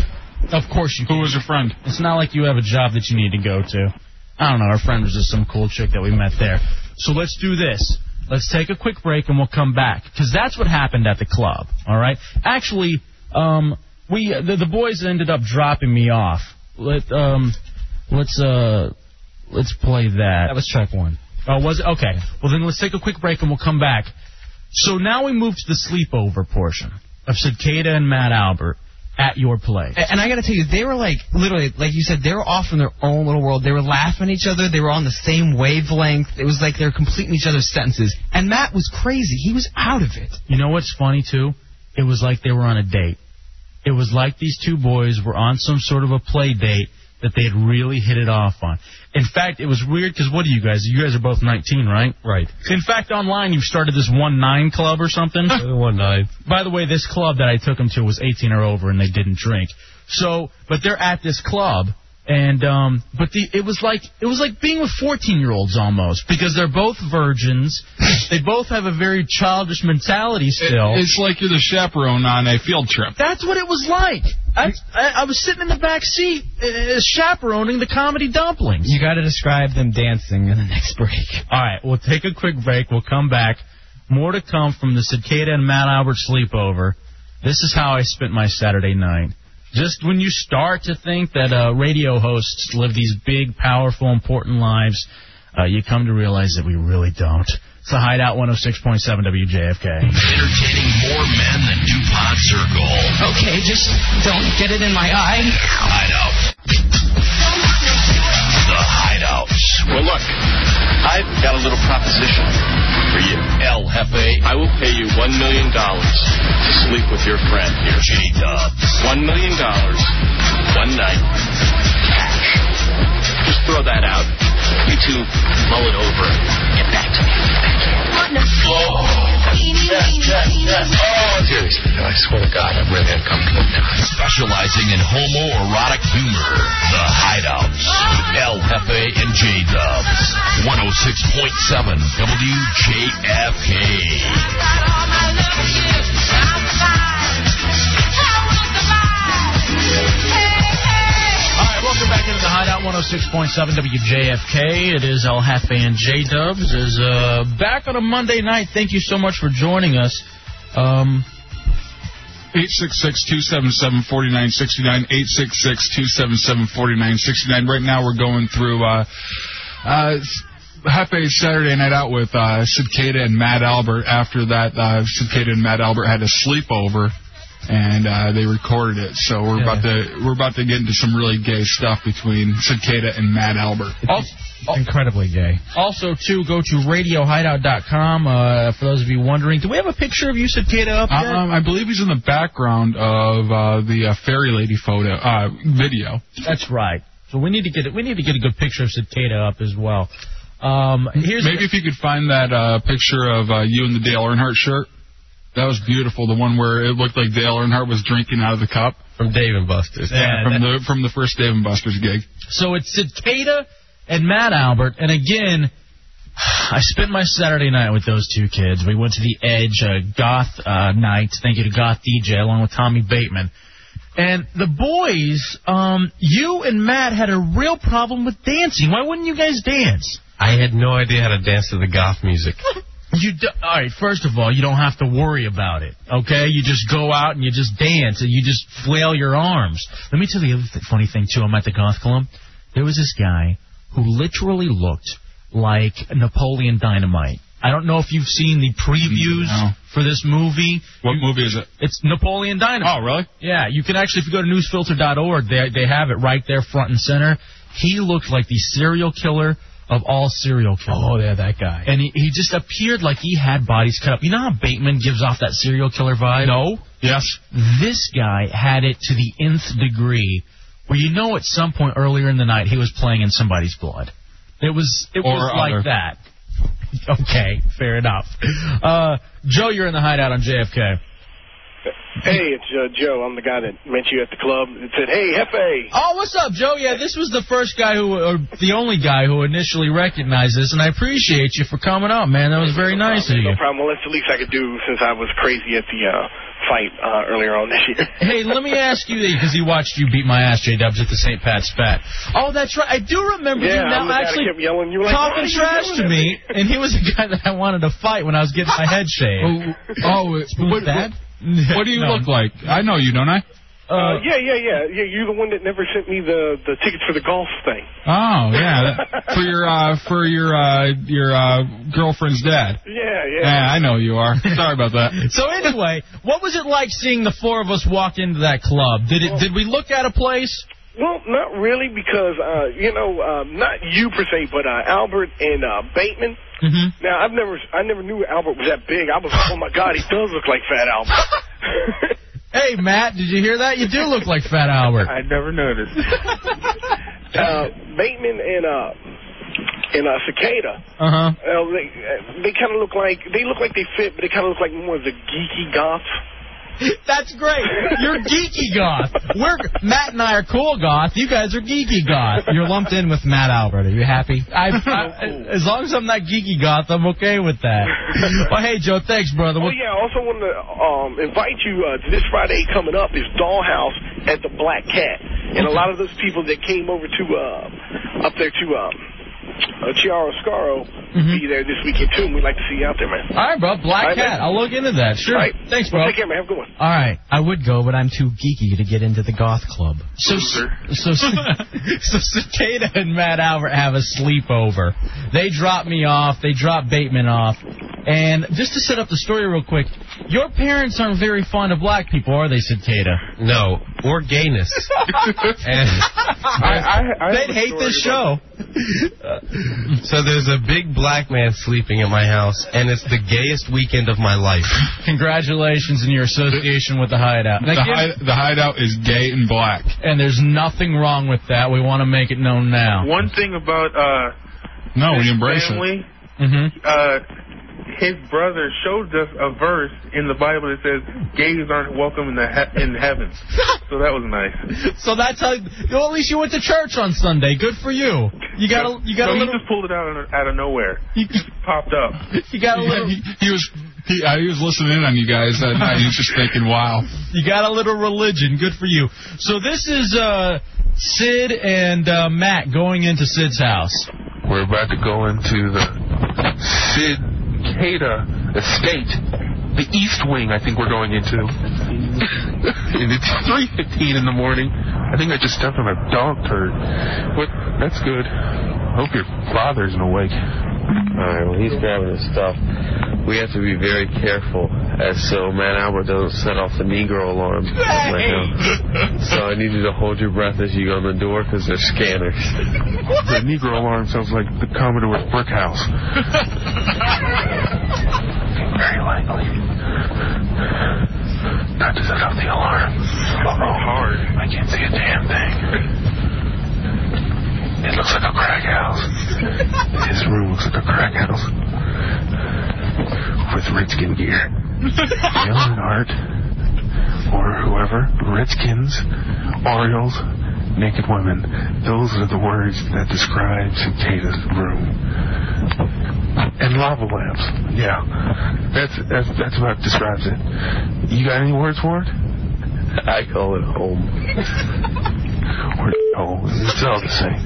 Of course you can. Who was your friend? It's not like you have a job that you need to go to. I don't know. Our friend was just some cool chick that we met there. So let's do this. Let's take a quick break and we'll come back because that's what happened at the club. All right. Actually, um, we the, the boys ended up dropping me off. Let um, let's uh, let's play that. That was track one. Oh, was it? Okay. Well, then let's take a quick break and we'll come back. So now we move to the sleepover portion of Cicada and Matt Albert at your place. And I got to tell you, they were like literally, like you said, they were off in their own little world. They were laughing at each other. They were on the same wavelength. It was like they were completing each other's sentences. And Matt was crazy. He was out of it. You know what's funny too? It was like they were on a date. It was like these two boys were on some sort of a play date that they had really hit it off on. In fact, it was weird because what are you guys? You guys are both 19, right? Right. In fact, online you've started this one nine club or something. one nine. By the way, this club that I took them to was 18 or over, and they didn't drink. So, but they're at this club, and um, but the it was like it was like being with 14 year olds almost because they're both virgins. they both have a very childish mentality still. It's like you're the chaperone on a field trip. That's what it was like. I, I, I was sitting in the back seat uh, chaperoning the comedy dumpling. You got to describe them dancing in the next break. All right, we'll take a quick break. We'll come back. More to come from the Cicada and Matt Albert sleepover. This is how I spent my Saturday night. Just when you start to think that uh, radio hosts live these big, powerful, important lives, uh, you come to realize that we really don't. It's the Hideout 106.7 WJFK. Entertaining more men than DuPont Circle. Okay, just don't get it in my eye. Hideout. The Hideout. Well, look, I've got a little proposition for you. El Jefe, I will pay you $1 million to sleep with your friend here. J Dubs. $1 million, one night, cash. Just throw that out. You two mull it over. Get back to me. Oh, yes, yes, yes. Oh, seriously, I swear to God, I'm really uncomfortable now. Specializing in homoerotic humor, The Hideouts, with El Jefe and oh J Dubs, 106.7 WJFK. All right, welcome back into the Hideout 106.7 WJFK. It is El Jefe and J Dubs is uh, back on a Monday night. Thank you so much for joining us. Um, 866-277-4969, 866-277-4969. Right now we're going through uh, uh, Hefe's Saturday Night Out with uh, Cicada and Matt Albert. After that, uh, Cicada and Matt Albert had a sleepover. And uh, they recorded it, so we're about to we're about to get into some really gay stuff between Cicada and Matt Albert. oh. incredibly gay. Also, too, go to RadioHideout.com. Uh, for those of you wondering, do we have a picture of you, Cicada, up yet? Um, I believe he's in the background of uh, the uh, fairy lady photo uh, video. That's right. So we need to get we need to get a good picture of Cicada up as well. Um, here's Maybe if you could find that uh, picture of uh, you in the Dale Earnhardt shirt. That was beautiful. The one where it looked like Dale Earnhardt was drinking out of the cup from Dave and Buster's. Yeah, Yeah, from that- the from the first Dave and Buster's gig. So it's Cicada and Matt Albert. And again, I spent my Saturday night with those two kids. We went to the Edge uh, Goth uh, night. Thank you to Goth DJ along with Tommy Bateman. And the boys, um, you and Matt had a real problem with dancing. Why wouldn't you guys dance? I had no idea how to dance to the goth music. You do, all right? First of all, you don't have to worry about it. Okay, you just go out and you just dance and you just flail your arms. Let me tell you the other th- funny thing too. I'm at the goth club. There was this guy who literally looked like Napoleon Dynamite. I don't know if you've seen the previews for this movie. What movie is it? It's Napoleon Dynamite. Oh, really? Yeah, you can actually, if you go to newsfilter.org, they they have it right there, front and center. He looked like the serial killer of all serial killers. Oh, yeah, that guy. And he, he just appeared like he had bodies cut up. You know how Bateman gives off that serial killer vibe? No. Yes. This guy had it to the nth degree, where you know at some point earlier in the night he was playing in somebody's blood. It was it was Or like other. that. Okay, fair enough. Uh, Joe, you're in the hideout on JFK. Hey, it's uh, Joe. I'm the guy that met you at the club and said, "Hey, Hefe." Oh, what's up, Joe? Yeah, this was the first guy who, or the only guy who initially recognized this, and I appreciate you for coming up, man. That was very nice of No you. problem. Well, that's the least I could do since I was crazy at the uh, fight uh, earlier on this year. Hey, let me ask you, because he watched you beat my ass, J Dubs, at the St. Pat's Spat. Oh, that's right. I do remember Yeah, you now I'm the guy that actually kept yelling. You were like, "Why are talking you trash yelling to at me, and he was the guy that I wanted to fight when I was getting my head shaved. Oh, what, that? what do you look like? I know you, don't I? Uh, yeah, yeah, yeah, yeah. You're the one that never sent me the the tickets for the golf thing. Oh, yeah. that- for your uh, for your uh, your uh, girlfriend's dad. Yeah, yeah. Yeah, I know you are. Sorry about that. So anyway, what was it like seeing the four of us walk into that club? Did it? Did we look at a place? Well, not really, because uh, you know, uh, not you per se, but uh, Albert and uh, Bateman. Mm-hmm. Now, I've never, I never knew Albert was that big. I was, like, oh my God, he does look like Fat Albert. Hey, Matt, did you hear that? You do look like Fat Albert. I never noticed. uh, Bateman and uh, and uh, Cicada. Uh-huh. Uh huh. Uh, they uh, they kind of look like they look like they fit, but they kind of look like more of the geeky goth. That's great. You're geeky goth. We're Matt and I are cool goth. You guys are geeky goth. You're lumped in with Matt Albert. Are you happy? I, I, as long as I'm not geeky goth, I'm okay with that. Well, hey Joe, thanks, brother. Oh yeah, I also wanted to um, invite you uh, to this Friday coming up is Dollhouse at the Black Cat, and a lot of those people that came over to uh, up there to um, uh, Chiaro Scaro be there this weekend too, and we'd like to see you out there, man. Mm-hmm. All right, bro. Black All right, Cat. man. I'll look into that. Sure. All right. Thanks, Well, bro. take care, man. Have a good one. All right, I would go, but I'm too geeky to get into the goth club. So, so, so Cicada and Matt Albert have a sleepover. They drop me off. They drop Bateman off. And just to set up the story real quick, your parents aren't very fond of black people, are they, Cicada? No, or gayness. and I, I They'd hate this show. so there's a big black man sleeping at my house, and it's the gayest weekend of my life. Congratulations on your association with the Hideout. The, hide, the hideout is gay and black. And there's nothing wrong with that. We want to make it known now. One thing about uh, No, his we embrace it. family, Mm-hmm. Uh, his brother showed us a verse in the Bible that says gays aren't welcome in the he- in heaven. so that was nice. So that's how. Well, at least you went to church on Sunday. Good for you. You got a you got so he a little just pulled it out of, out of nowhere. It just popped up. you got a little he, he was he, uh, he was listening in on you guys that night. He was just thinking, wow. You got a little religion. Good for you. So this is uh, Sid and uh, Matt going into Sid's house. We're about to go into the Sid Cada estate. The East Wing, I think we're going into. and it's 3.15 in the morning. I think I just stepped on a dog turd. What? That's good. Hope your father isn't awake. Alright, well, he's grabbing his stuff. We have to be very careful, as so Man Albert doesn't set off the Negro alarm right now. So I need you to hold your breath as you go in the door, because they're scanners. The Negro alarm sounds like the Commodore brick house. Very likely. Not to set off the alarm. Oh, hard. I can't see a damn thing. It looks like a crack house. His room looks like a crack house. With redskin gear. Dylan Art, or whoever, Redskins, Orioles, naked women. Those are the words that describe Cicada's room. And lava lamps. Yeah, that's that's that's what describes it. You got any words for it? I call it home. or hole. Oh, It's all the same.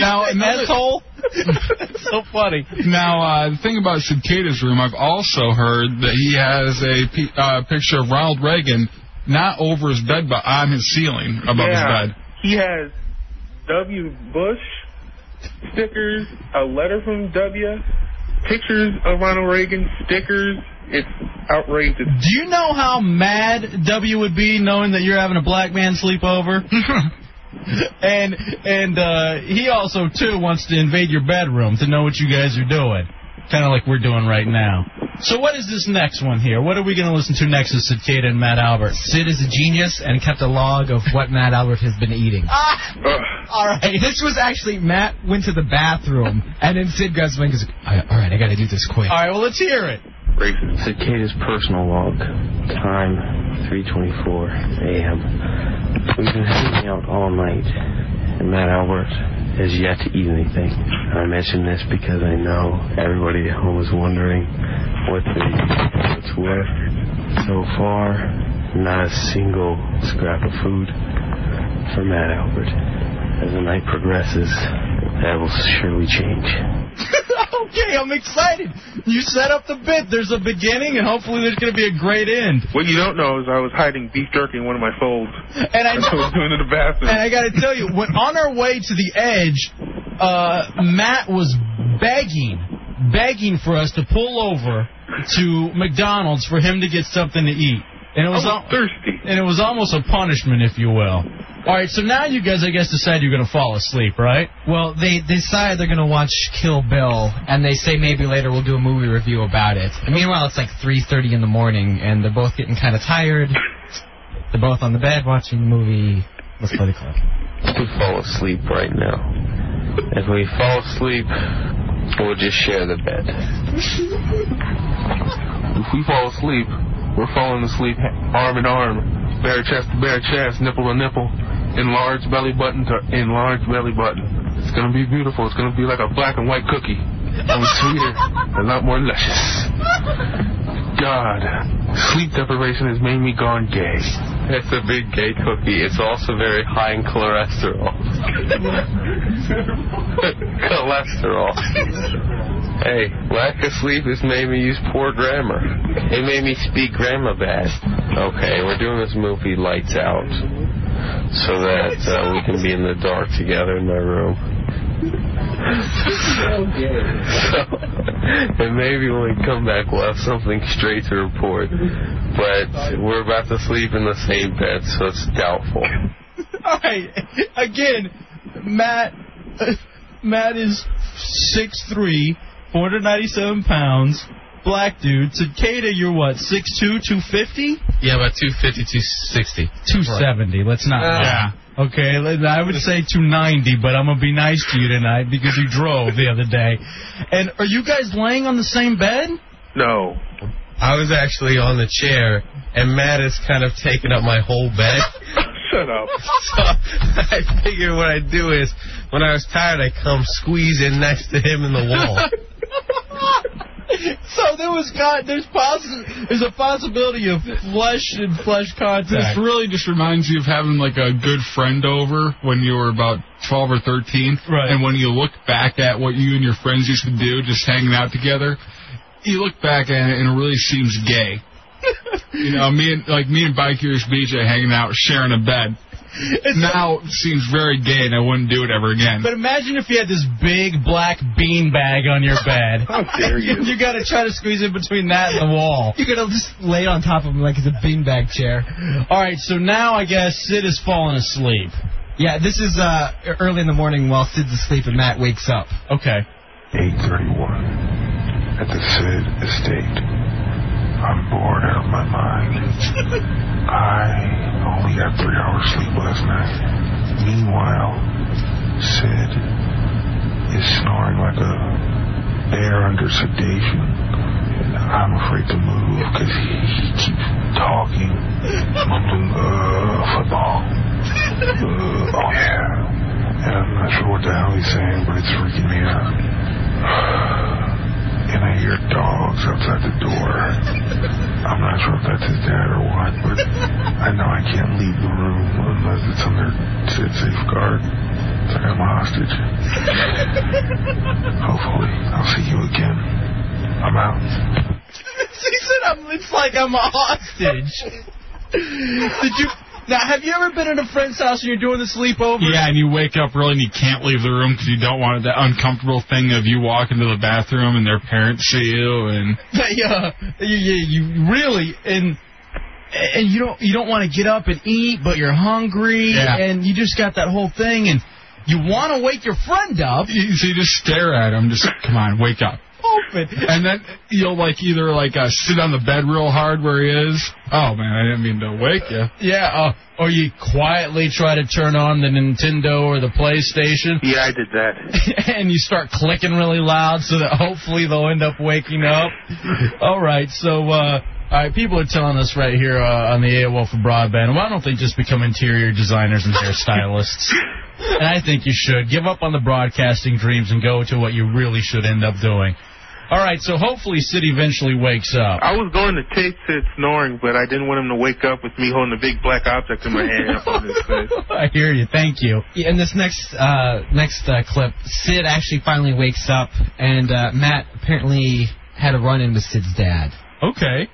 now, mental. That's so funny. Now, uh, the thing about Cicada's room, I've also heard that he has a p- uh, picture of Ronald Reagan not over his bed, but on his ceiling above yeah, his bed. He has W. Bush stickers, a letter from W, pictures of Ronald Reagan stickers. It's outrageous. Do you know how mad W would be knowing that you're having a black man sleepover? and and uh, he also too wants to invade your bedroom to know what you guys are doing, kind of like we're doing right now. So what is this next one here? What are we going to listen to next? Is Cicada and Matt Albert? Sid is a genius and kept a log of what Matt Albert has been eating. Ah! All right. This was actually Matt went to the bathroom, and then Sid grabs my goes, all right, all right, I got to do this quick. All right, well let's hear it. Cicada's personal log. Time 3:24 a.m. We've been hanging out all night, and Matt Albert has yet to eat anything. I mention this because I know everybody at home is wondering what the what's what. So far, not a single scrap of food for Matt Albert. As the night progresses, that will surely change. okay, I'm excited. You set up the bit. There's a beginning, and hopefully there's going to be a great end. What you don't know is I was hiding beef jerky in one of my folds. And I That's what I was doing in the bathroom. And I got to tell you, when on our way to the edge, uh, Matt was begging, begging for us to pull over to McDonald's for him to get something to eat. And it was, I was al- thirsty. And it was almost a punishment, if you will. All right, so now you guys, I guess, decide you're going to fall asleep, right? Well, they decide they're gonna watch Kill Bill, and they say maybe later we'll do a movie review about it. And meanwhile, it's like 3:30 in the morning, and they're both getting kind of tired. They're both on the bed watching the movie. Let's play the clip. We fall asleep right now. If we fall asleep, we'll just share the bed. If we fall asleep, we're falling asleep arm in arm, bare chest to bare chest, nipple to nipple, enlarged belly button to enlarged belly button. It's gonna be beautiful. It's gonna be like a black and white cookie. Only sweeter and a lot more luscious. God, sleep deprivation has made me gone gay. It's a big gay cookie. It's also very high in cholesterol. cholesterol. Hey, lack of sleep has made me use poor grammar. It made me speak grammar bad. Okay, we're doing this movie Lights Out so that uh, we can be in the dark together in my room. and maybe when we come back, we'll have something straight to report. But we're about to sleep in the same bed, so it's doubtful. All right. Again, Matt Matt is 6'3", 497 pounds, black dude. Cicada, you're what, 6'2", 250? Yeah, about 250, 260. 270. Let's not. Uh, lie. Okay, let- I would say 290, but I'm gonna be nice to you tonight because you drove the other day. And are you guys laying on the same bed? No. I was actually on the chair, and Matt has kind of taken up my whole bed. Shut up. So I figure what I do is, when I was tired, I come squeeze in next to him in the wall. so there was con- there's possi- there's a possibility of flesh and flesh This contact. really just reminds you of having like a good friend over when you were about 12 or 13. Right. And when you look back at what you and your friends used to do, just hanging out together, you look back at it and it really seems gay. you know, me and like me and Bikers BJ hanging out, sharing a bed. now it seems very gay, and I wouldn't do it ever again. But imagine if you had this big black bean bag on your bed. How dare you? you got to try to squeeze in between that and the wall. You're gonna just lay on top of him like it's a beanbag chair. All right, so now I guess Sid has fallen asleep. Yeah, this is uh, early in the morning while Sid's asleep and Matt wakes up. Okay. 831 at the Sid Estate. I'm bored out of my mind. I only got three hours sleep last night. Meanwhile, Sid is snoring like a bear under sedation. I'm afraid to move because he, he keeps talking, mumbling, uh, football. Uh, oh yeah. And I'm not sure what the hell he's saying, but it's freaking me out. And I hear dogs outside the door. I'm not sure if that's his dad or what, but I know I can't leave the room unless it's under said safeguard. It's like I'm a hostage. Hopefully, I'll see you again. I'm out. She said, I'm, it's like I'm a hostage. Did you? Now, have you ever been in a friend's house and you're doing the sleepover? Yeah, and you wake up early and you can't leave the room because you don't want that uncomfortable thing of you walk into the bathroom and their parents see you and They, uh, you, you, you really and and you don't you don't want to get up and eat, but you're hungry, Yeah. and you just got that whole thing, and you want to wake your friend up. Oh, you, so you just stare at them. Just come on, wake up. Open. And then you'll like either like uh, sit on the bed real hard where he is. Oh man, I didn't mean to wake you. Yeah, uh, or you quietly try to turn on the Nintendo or the PlayStation. Yeah, I did that. and you start clicking really loud so that hopefully they'll end up waking up. all right, so uh, all right, people are telling us right here uh, on the AOL for broadband. Why don't they just become interior designers and hairstylists? and I think you should give up on the broadcasting dreams and go to what you really should end up doing. All right, so hopefully Sid eventually wakes up. I was going to take Sid snoring, but I didn't want him to wake up with me holding a big black object in my hand up on his face. I hear you. Thank you. Yeah, in this next uh, next uh, clip, Sid actually finally wakes up, and uh, Matt apparently had a run-in with Sid's dad. Okay.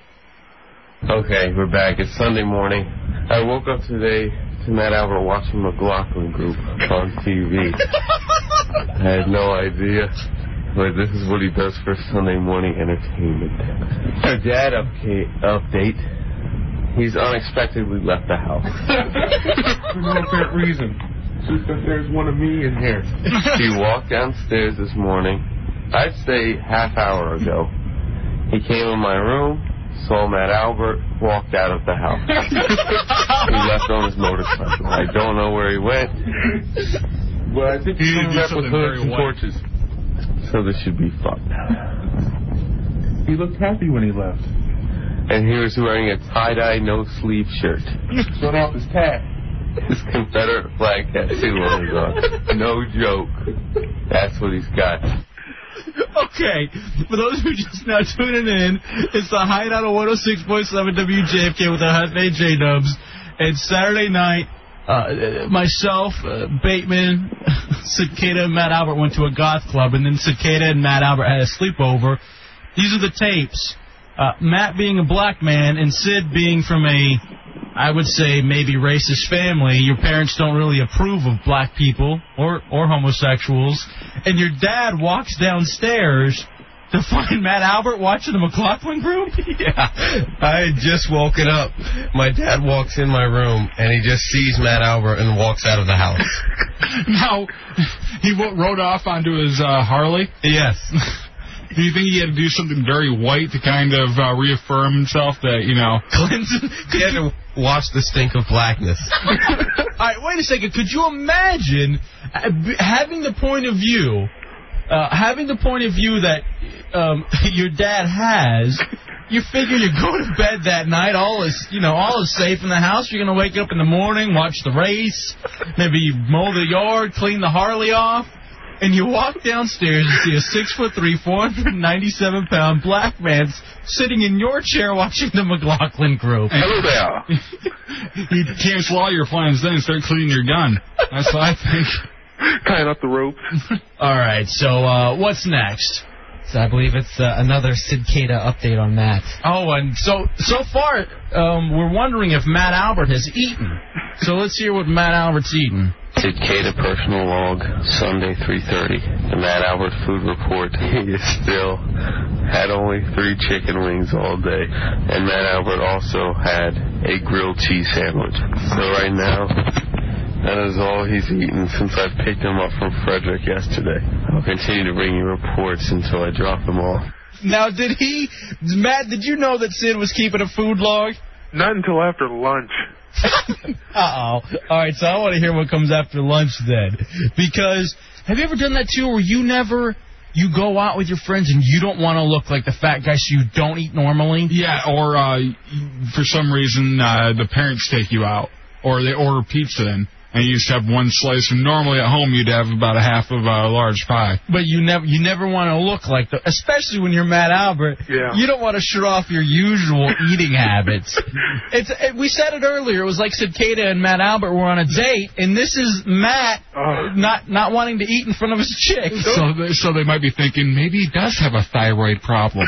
Okay, we're back. It's Sunday morning. I woke up today to Matt Albert watching McLaughlin Group on TV. I had no idea, but this is what he does for Sunday morning entertainment. Our dad upca- update. He's unexpectedly left the house. For no apparent reason. Just that there's one of me in here. he walked downstairs this morning. I'd say half hour ago. He came in my room, saw Matt Albert, walked out of the house. he left on his motorcycle. I don't know where he went, but I think he He did came do back with something hoods very and white. torches. So this should be fun. He looked happy when he left. And he was wearing a tie-dye, no-sleeve shirt. Shut off his tab. His Confederate flag tattoo on his arm. No joke. That's what he's got. Okay, for those who just now tuning in, it's the Hideout oh on 106.7 WJFK with the Hot Bay J Dubs. It's Saturday night. Uh, myself, uh, Bateman, Cicada, and Matt Albert went to a goth club, and then Cicada and Matt Albert had a sleepover. These are the tapes. Uh, Matt being a black man and Sid being from a, I would say, maybe racist family. Your parents don't really approve of black people or, or homosexuals. And your dad walks downstairs to find Matt Albert watching the McLaughlin group? yeah. I had just woken up. My dad walks in my room and he just sees Matt Albert and walks out of the house. Now, he w- rode off onto his uh, Harley? Yes. do you think he had to do something very white to kind of uh, reaffirm himself that, you know... he had to wash the stink of blackness. All right, wait a second. Could you imagine uh, b- having the point of view, uh, having the point of view that um, your dad has? You figure you go to bed that night, all is you know, all is safe in the house. You're gonna wake up in the morning, watch the race, maybe mow the yard, clean the Harley off, and you walk downstairs and see a six foot three, four hundred and ninety seven pound black man s- sitting in your chair watching the McLaughlin group. Hello there. You cancel all your plans then and start cleaning your gun. That's what I think. Tying up the rope. All right, so uh, what's next? So I believe it's uh, another Sid Cada update on Matt. Oh, and so so far, um, we're wondering if Matt Albert has eaten. So let's hear what Matt Albert's eaten. Cicada personal log, Sunday 3.30. The Matt Albert food report. He is still had only three chicken wings all day. And Matt Albert also had a grilled cheese sandwich. So right now, that is all he's eaten since I picked him up from Frederick yesterday. I'll continue to bring you reports until I drop him off. Now, did he, Matt? Did you know that Sid was keeping a food log? Not until after lunch. Uh oh. All right, so I want to hear what comes after lunch then, because have you ever done that too, where you never. You go out with your friends and you don't want to look like the fat guy, so you don't eat normally. Yeah, or uh, for some reason uh, the parents take you out, or they order pizza in, and you just have one slice. And normally at home you'd have about a half of a large pie. But you never you never want to look like the especially when you're Matt Albert. Yeah. You don't want to shut off your usual eating habits. It's it, we said it earlier. It was like Cicada and Matt Albert were on a date, and this is Matt Oh. not not wanting to eat in front of his chick. So they, so they might be thinking maybe he does have a thyroid problem.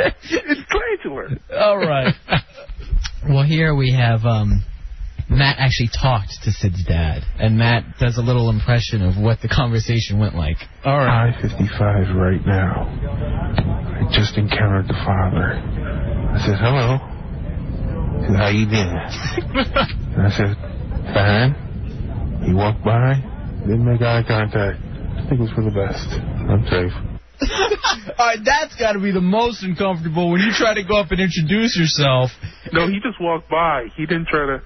it's glandular. All right. Well, here we have um, Matt actually talked to Sid's dad, and Matt does a little impression of what the conversation went like. All right. 55 right now. I just encountered the father. I said, hello. He said, how you doing? and I said, fine. He walked by, didn't make eye contact. I think it was for the best. I'm safe. All right, that's got to be the most uncomfortable when you try to go up and introduce yourself. No, he just walked by. He didn't try to.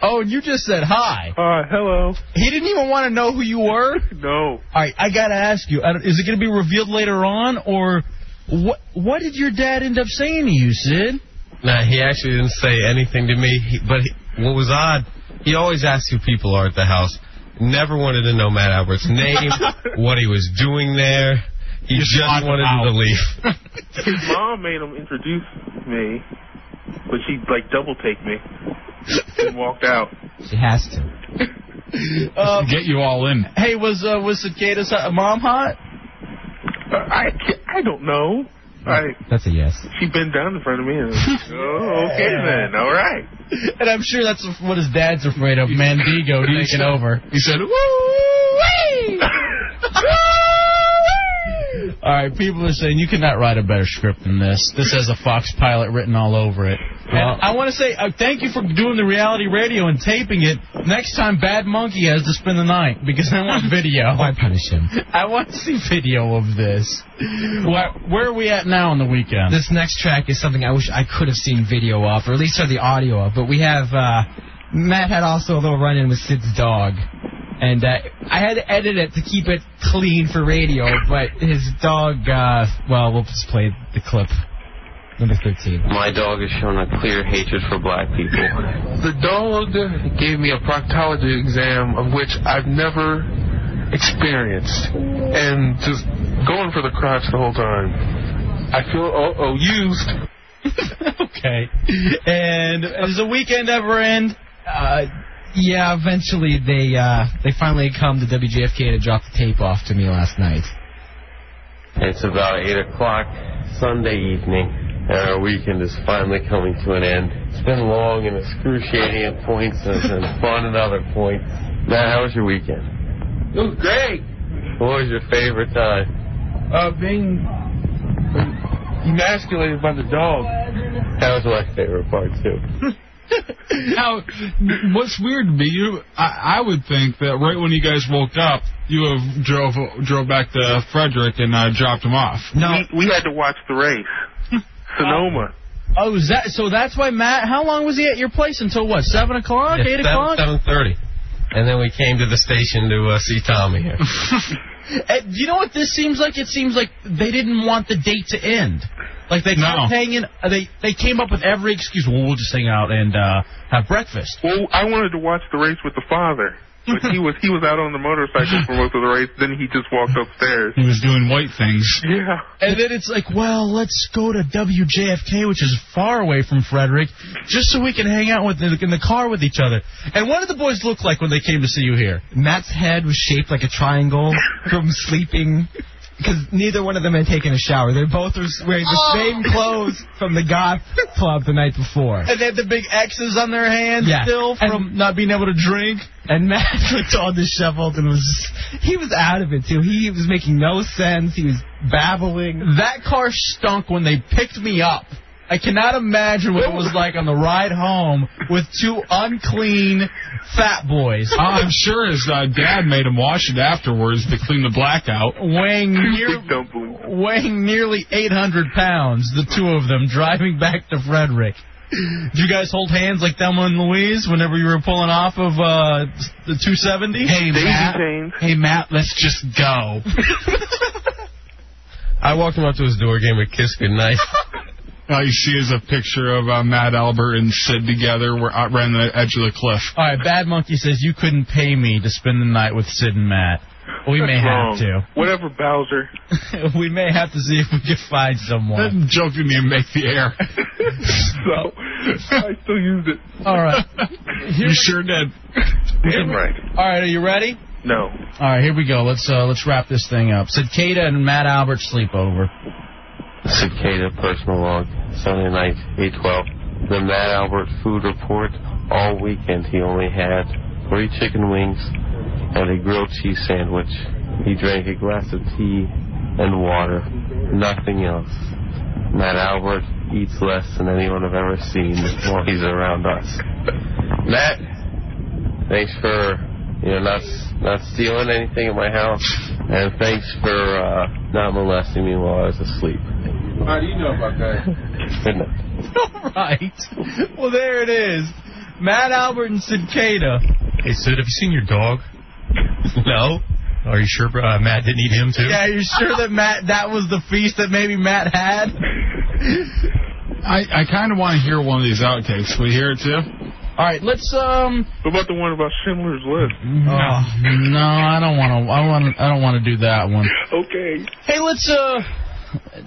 Oh, and you just said hi. Uh, hello. He didn't even want to know who you were. No. All right, I gotta ask you: I don't- Is it gonna be revealed later on, or what? What did your dad end up saying to you, Sid? Nah, he actually didn't say anything to me. He, but he, what was odd, he always asked who people are at the house. Never wanted to know Matt Albert's name, what he was doing there. He just, wanted to leave. His mom made him introduce me, but she like double take me and walked out. She has to. Um, Get you all in. hey, was uh, was Cicada's hot- mom hot? Uh, I can't, I don't know. I That's a yes. she bent down in front of me and oh okay then all right. And I'm sure that's what his dad's afraid of, Mandigo He taking said- over. He said, All right, people are saying you cannot write a better script than this. This has a Fox pilot written all over it. And I want to say uh, thank you for doing the reality radio and taping it. Next time, Bad Monkey has to spend the night because I want video. I punish him? I want to see video of this. Where, where are we at now on the weekend? This next track is something I wish I could have seen video of, or at least heard the audio of. But we have uh, Matt had also a little run-in with Sid's dog, and uh, I had to edit it to keep it clean for radio. But his dog, uh, well, we'll just play the clip, number thirteen. My dog has shown a clear hatred for black people. The dog gave me a proctology exam of which I've never experienced, and just going for the crotch the whole time. I feel oh, oh used. okay. And does the weekend ever end? Uh, yeah, eventually they uh, they finally come to WJFK to drop the tape off to me last night. It's about 8 o'clock Sunday evening, and our weekend is finally coming to an end. It's been long and excruciating at points, and it's been fun at other points. Matt, how was your weekend? It was great. What was your favorite time? Uh, being emasculated by the dog. That was my favorite part, too. now, what's weird to me, you, I, I would think that right when you guys woke up, you have drove drove back to Frederick and uh, dropped him off. We, we had to watch the race. Sonoma. Oh, is that so? That's why Matt. How long was he at your place until what? Seven o'clock? Eight o'clock? Seven thirty, and then we came to the station to uh, see Tommy here. Uh, do you know what this seems like? It seems like they didn't want the date to end. Like they kept hanging. uh, They they came up with every excuse. Well, we'll just hang out and uh, have breakfast. Well, I wanted to watch the race with the father, but he was he was out on the motorcycle for most of the race. Then he just walked upstairs. He was doing white things. Yeah. And then it's like, well, let's go to WJFK, which is far away from Frederick, just so we can hang out with in the car with each other. And what did the boys look like when they came to see you here? Matt's head was shaped like a triangle from sleeping. Because neither one of them had taken a shower. They both were wearing the Oh. same clothes from the goth club the night before. And they had the big X's on their hands Yeah. still from not being able to drink. And Matt looked all disheveled and was just, he was out of it too. He was making no sense. He was babbling. That car stunk when they picked me up. I cannot imagine what it was like on the ride home with two unclean fat boys. I'm sure his uh, dad made him wash it afterwards to clean the blackout. weighing near, weighing nearly 800 pounds, the two of them driving back to Frederick. Did you guys hold hands like Thelma and Louise whenever you were pulling off of uh, the 270? Hey Matt. Hey Matt, let's just go. I walked him up to his door, gave him a kiss goodnight. All Uh, you see is a picture of uh, Matt Albert and Sid together. We're out around the edge of the cliff. All right, Bad Monkey says you couldn't pay me to spend the night with Sid and Matt. We may That's wrong. have to. Whatever, Bowser. we may have to see if we can find someone. Joke didn't even make the air. so I still used it. All right. you sure did. Damn right. All right, are you ready? No. All right, here we go. Let's uh, let's wrap this thing up. Cicada and Matt Albert sleepover. Cicada personal log, Sunday night, 812. The Matt Albert food report. All weekend he only had three chicken wings and a grilled cheese sandwich. He drank a glass of tea and water. Nothing else. Matt Albert eats less than anyone I've ever seen while he's around us. Matt, thanks for you know not not stealing anything at my house, and thanks for uh, not molesting me while I was asleep. How do you know about that? Good night. All right. Well, there it is. Matt Albert and Cicada. Hey, Sid, have you seen your dog? no. Are you sure uh, Matt didn't eat him too? Yeah, you're sure that Matt that was the feast that maybe Matt had? I, I kind of want to hear one of these outtakes. We hear it too. All right, let's um. What about the one about Schindler's List? Uh, Oh no, I don't want to. I want. I don't want to do that one. Okay. Hey, let's uh,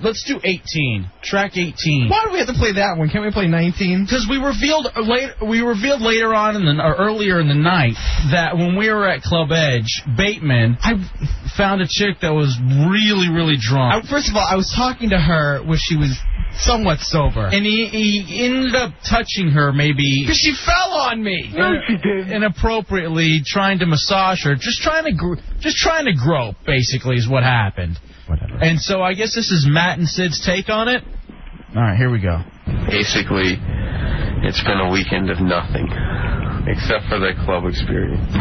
let's do 18. Track 18. Why do we have to play that one? Can't we play 19? Because we revealed later, we revealed later on in the or earlier in the night that when we were at Club Edge, Bateman, I found a chick that was really, really I, drunk. first of all, I was talking to her when she was somewhat sober. and he, he ended up touching her maybe Because she fell on me. inappropriately trying to massage her just trying to gr- just trying to grope basically is what happened whatever and so i guess this is matt and sid's take on it all right here we go basically It's been a weekend of nothing, except for that club experience.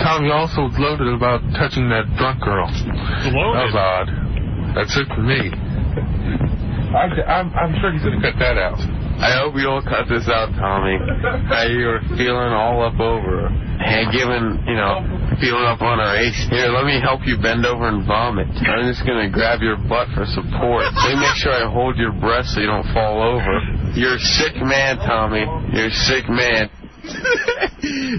Tommy also gloated about touching that drunk girl. That was odd. That's it for me. I, I'm, I'm sure he's going to cut that out. I hope you don't cut this out, Tommy. How you were feeling all up over her and giving, you know, feeling up on her ace. Here, let me help you bend over and vomit. I'm just gonna grab your butt for support. Let me make sure I hold your breath so you don't fall over. You're a sick man, Tommy. You're a sick man.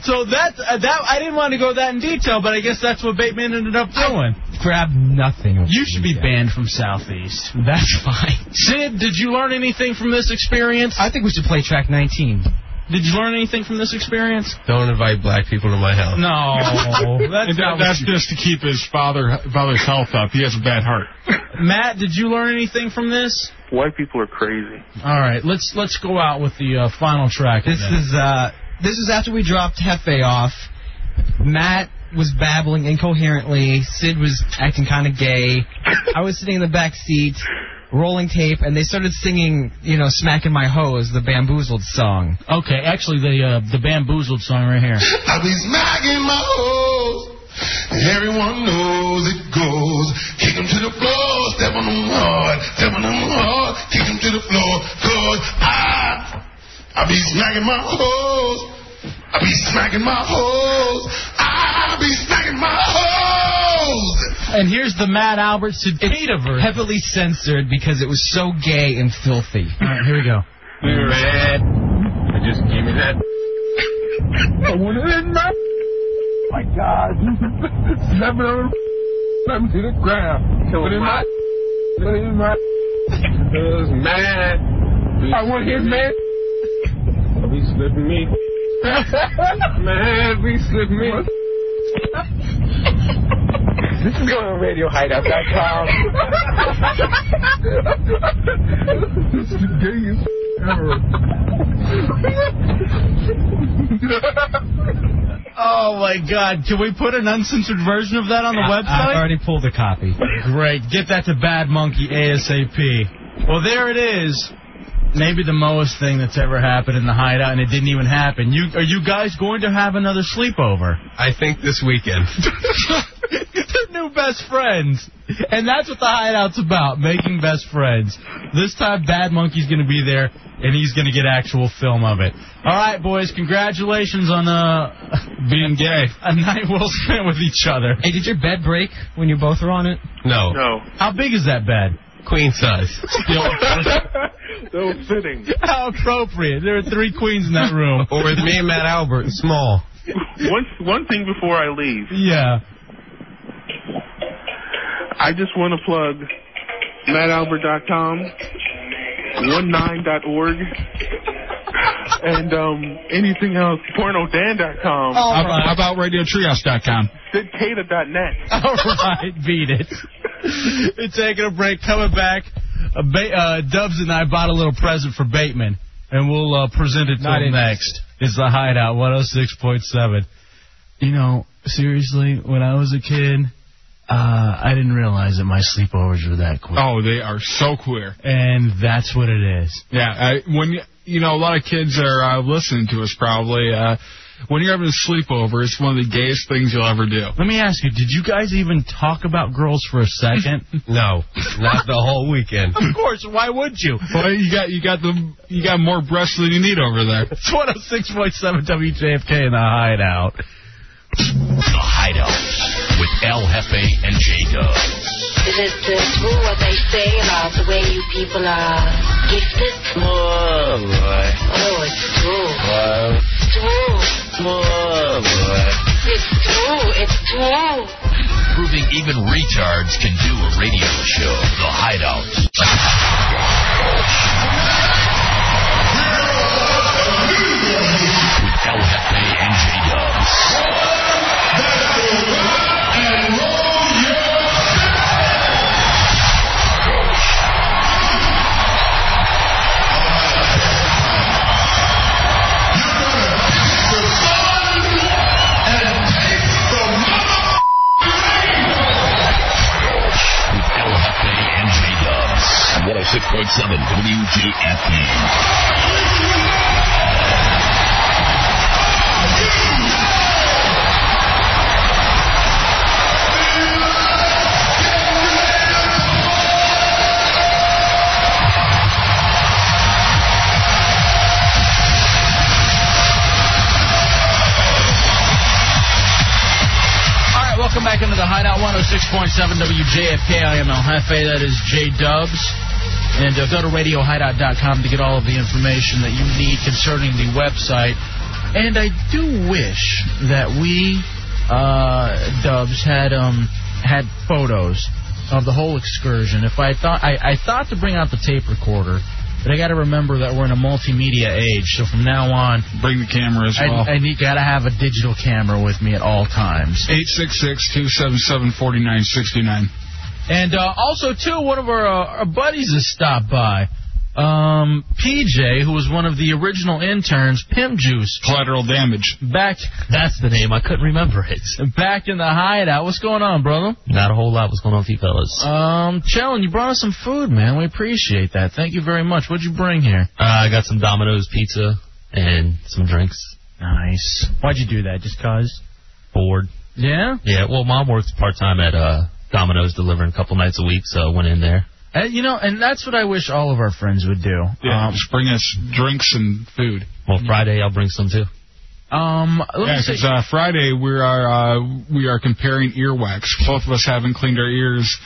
So that's uh, that. I didn't want to go that in detail, but I guess that's what Bateman ended up doing. Grab nothing. You should be banned from Southeast. That's fine. Sid, did you learn anything from this experience? I think we should play track 19. Did you learn anything from this experience? Don't invite black people to my house. No, that's And that- not that's what you- just to keep his father father's health up. He has a bad heart. Matt, did you learn anything from this? White people are crazy. All right, let's let's go out with the uh, final track. This is uh, this is after we dropped Hefe off. Matt was babbling incoherently. Sid was acting kind of gay. I was sitting in the back seat, rolling tape, and they started singing, you know, "Smacking My Hose," the Bamboozled song. Okay, actually the uh, the bamboozled song right here. I be smacking my hoes. Everyone knows it goes. Kick 'em to the floor, step on them hard, step on them hard, kick 'em to the floor, cause I, I be smacking my hoes. I be smacking my hoes. I be smacking my hoes. And here's the Matt Albert Sedata version. Heavily censored because it was so gay and filthy. All right, here we go. Red. Just give me that. I want to end my. My God. Slap it on Slap me to the ground. Put in my. Put in my. Cause mad. I want his man. Be slipping me. man, be slipping me. This is going on RadioHideout.com. this is the gayest Oh my God! Can we put an uncensored version of that on the website? I've already pulled a copy. Great. Get that to Bad Monkey ASAP. Well, there it is. Maybe the most thing that's ever happened in the hideout, and it didn't even happen. You are you guys going to have another sleepover? I think this weekend. They're new best friends, and that's what the hideout's about: making best friends. This time, Bad Monkey's going to be there, and he's going to get actual film of it. All right, boys, congratulations on uh, being gay. A night well spent with each other. Hey, did your bed break when you both were on it? No. No. How big is that bed? Queen size. So fitting. How appropriate. There are three queens in that room. or with me and Matt Albert, small. One one thing before I leave, Yeah. I just want to plug mattalbert.com, 19.org, and um, anything else, pornodan.com. How about, how about RadioTrios.com? Sidcata.net. All right, beat it. We're taking a break. Coming back, uh, ba- uh, Dubs and I bought a little present for Bateman, and we'll uh, present it to Not him next. It's the Hideout 106.7. You know, seriously, when I was a kid, uh, I didn't realize that my sleepovers were that quick. Oh, they are so queer. And that's what it is. Yeah, I, when you, you know a lot of kids are uh, listening to us probably. Uh, when you're having a sleepover, it's one of the gayest things you'll ever do. Let me ask you, did you guys even talk about girls for a second? no, not the whole weekend. Of course, why would you? Well, you got you got the you got more breasts than you need over there. It's 106.7 WJFK in the hideout. The Hideout with El Jefe and J Dub. Is it uh, true what they say about the way you people are gifted? Oh boy. Oh, it's true. Whoa. It's true. Whoa boy. It's true. It's true. Proving even retards can do a radio show. The Hideout. With El Jefe and J Dubs. With El Jefe and J Dubs. 106.7 WJFE. 106.7 WJFK. I am El Jefe. That is J Dubs. And uh, go to RadioHideout.com to get all of the information that you need concerning the website. And I do wish that we, uh, Dubs, had um, had photos of the whole excursion. If I thought I, I thought to bring out the tape recorder, but I got to remember that we're in a multimedia age. So from now on, bring the camera as well. I, I need gotta have a digital camera with me at all times. 866-277-4969. And uh, also, too, one of our, uh, our buddies has stopped by. Um, PJ, who was one of the original interns, Pimp Juice. Collateral Damage. Back. That's the name. I couldn't remember it. Back in the hideout. What's going on, brother? Not a whole lot. What's going on with you fellas? Um, Chellen, you brought us some food, man. We appreciate that. Thank you very much. What'd you bring here? Uh, I got some Domino's pizza and some drinks. Nice. Why'd you do that? Just cause? Bored. Yeah? Yeah. Well, mom works part time at uh Domino's, delivering a couple nights a week, so I went in there. Uh, you know, and that's what I wish all of our friends would do. Yeah, just bring us drinks and food. Well, Friday I'll bring some too. Um, let me Yeah, see. because uh, Friday we are uh, we are comparing earwax. Both of us haven't cleaned our ears.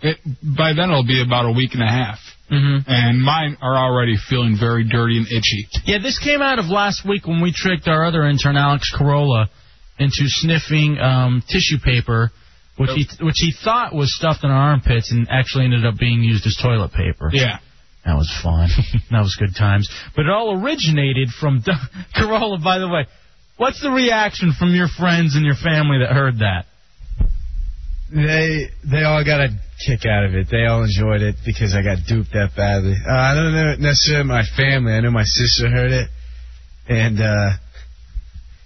It, by then it'll be about a week and a half, mm-hmm. and mine are already feeling very dirty and itchy. Yeah, this came out of last week when we tricked our other intern Alex Corolla into sniffing um, tissue paper, which he which he thought was stuffed in our armpits, and actually ended up being used as toilet paper. Yeah. That was fun. that was good times. But it all originated from D- Corolla. By the way, what's the reaction from your friends and your family that heard that? They they all got a kick out of it. They all enjoyed it because I got duped that badly. Uh, I don't know necessarily my family. I know my sister heard it, and uh,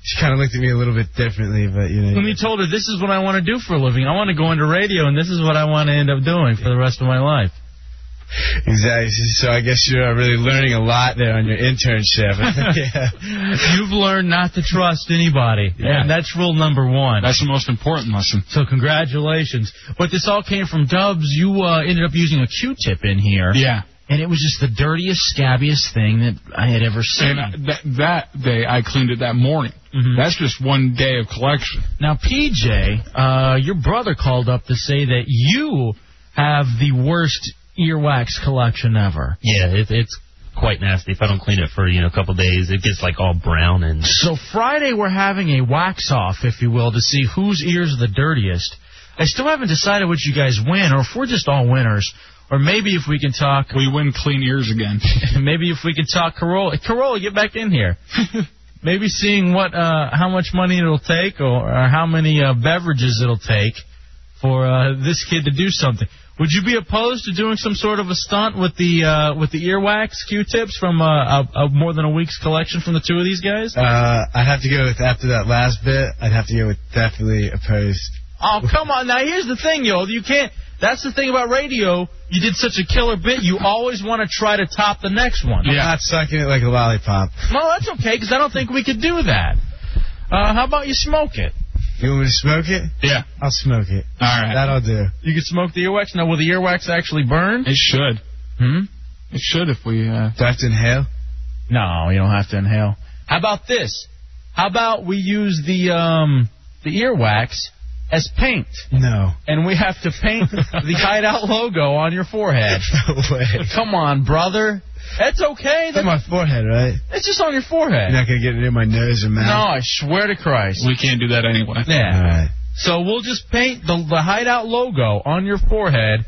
she kind of looked at me a little bit differently. But you know, When you told her this is what I want to do for a living, I want to go into radio, and this is what I want to end up doing for the rest of my life. exactly. So I guess you're uh, really learning a lot there on your internship. You've learned not to trust anybody, Yeah. and that's rule number one. That's the most important lesson. So congratulations. But this all came from Dubs. You uh, ended up using a Q-tip in here. Yeah. And it was just the dirtiest, scabbiest thing that I had ever seen. And uh, that that day I cleaned it that morning. That's just one day of collection. Mm-hmm. Now, PJ, uh, your brother called up to say that you have the worst earwax collection ever. Yeah, it, it's quite nasty. If I don't clean it for you know a couple days, it gets like all brown and So Friday we're having a wax off, if you will, to see whose ears are the dirtiest. I still haven't decided what you guys win, or if we're just all winners, or maybe if we can talk. We win clean ears again. maybe if we can talk Corolla. Corolla, get back in here. maybe seeing what, uh, how much money it'll take, or, or how many uh, beverages it'll take for uh, this kid to do something. Would you be opposed to doing some sort of a stunt with the uh, with the earwax Q-tips from uh, a, a more than a week's collection from the two of these guys? Uh, I'd have to go with after that last bit. I'd have to go with definitely opposed. Oh, come on. Now, here's the thing, yo. You can't. That's the thing about radio. You did such a killer bit, you always want to try to top the next one. I'm not sucking it like a lollipop. No, that's okay, because I don't think we could do that. Uh, how about you smoke it? You want me to smoke it? Yeah. I'll smoke it. All right. That'll do. You could smoke the earwax. Now, will the earwax actually burn? It should. Hmm? It should if we. Uh... Do I have to inhale? No, you don't have to inhale. How about this? How about we use the um the earwax as paint? No. And we have to paint the hideout logo on your forehead. Come on, brother. That's okay. It's on my forehead, right? It's just on your forehead. You're not gonna get it in my nose or mouth. No, I swear to Christ. We can't do that anyway. Yeah. So we'll just paint the the hideout logo on your forehead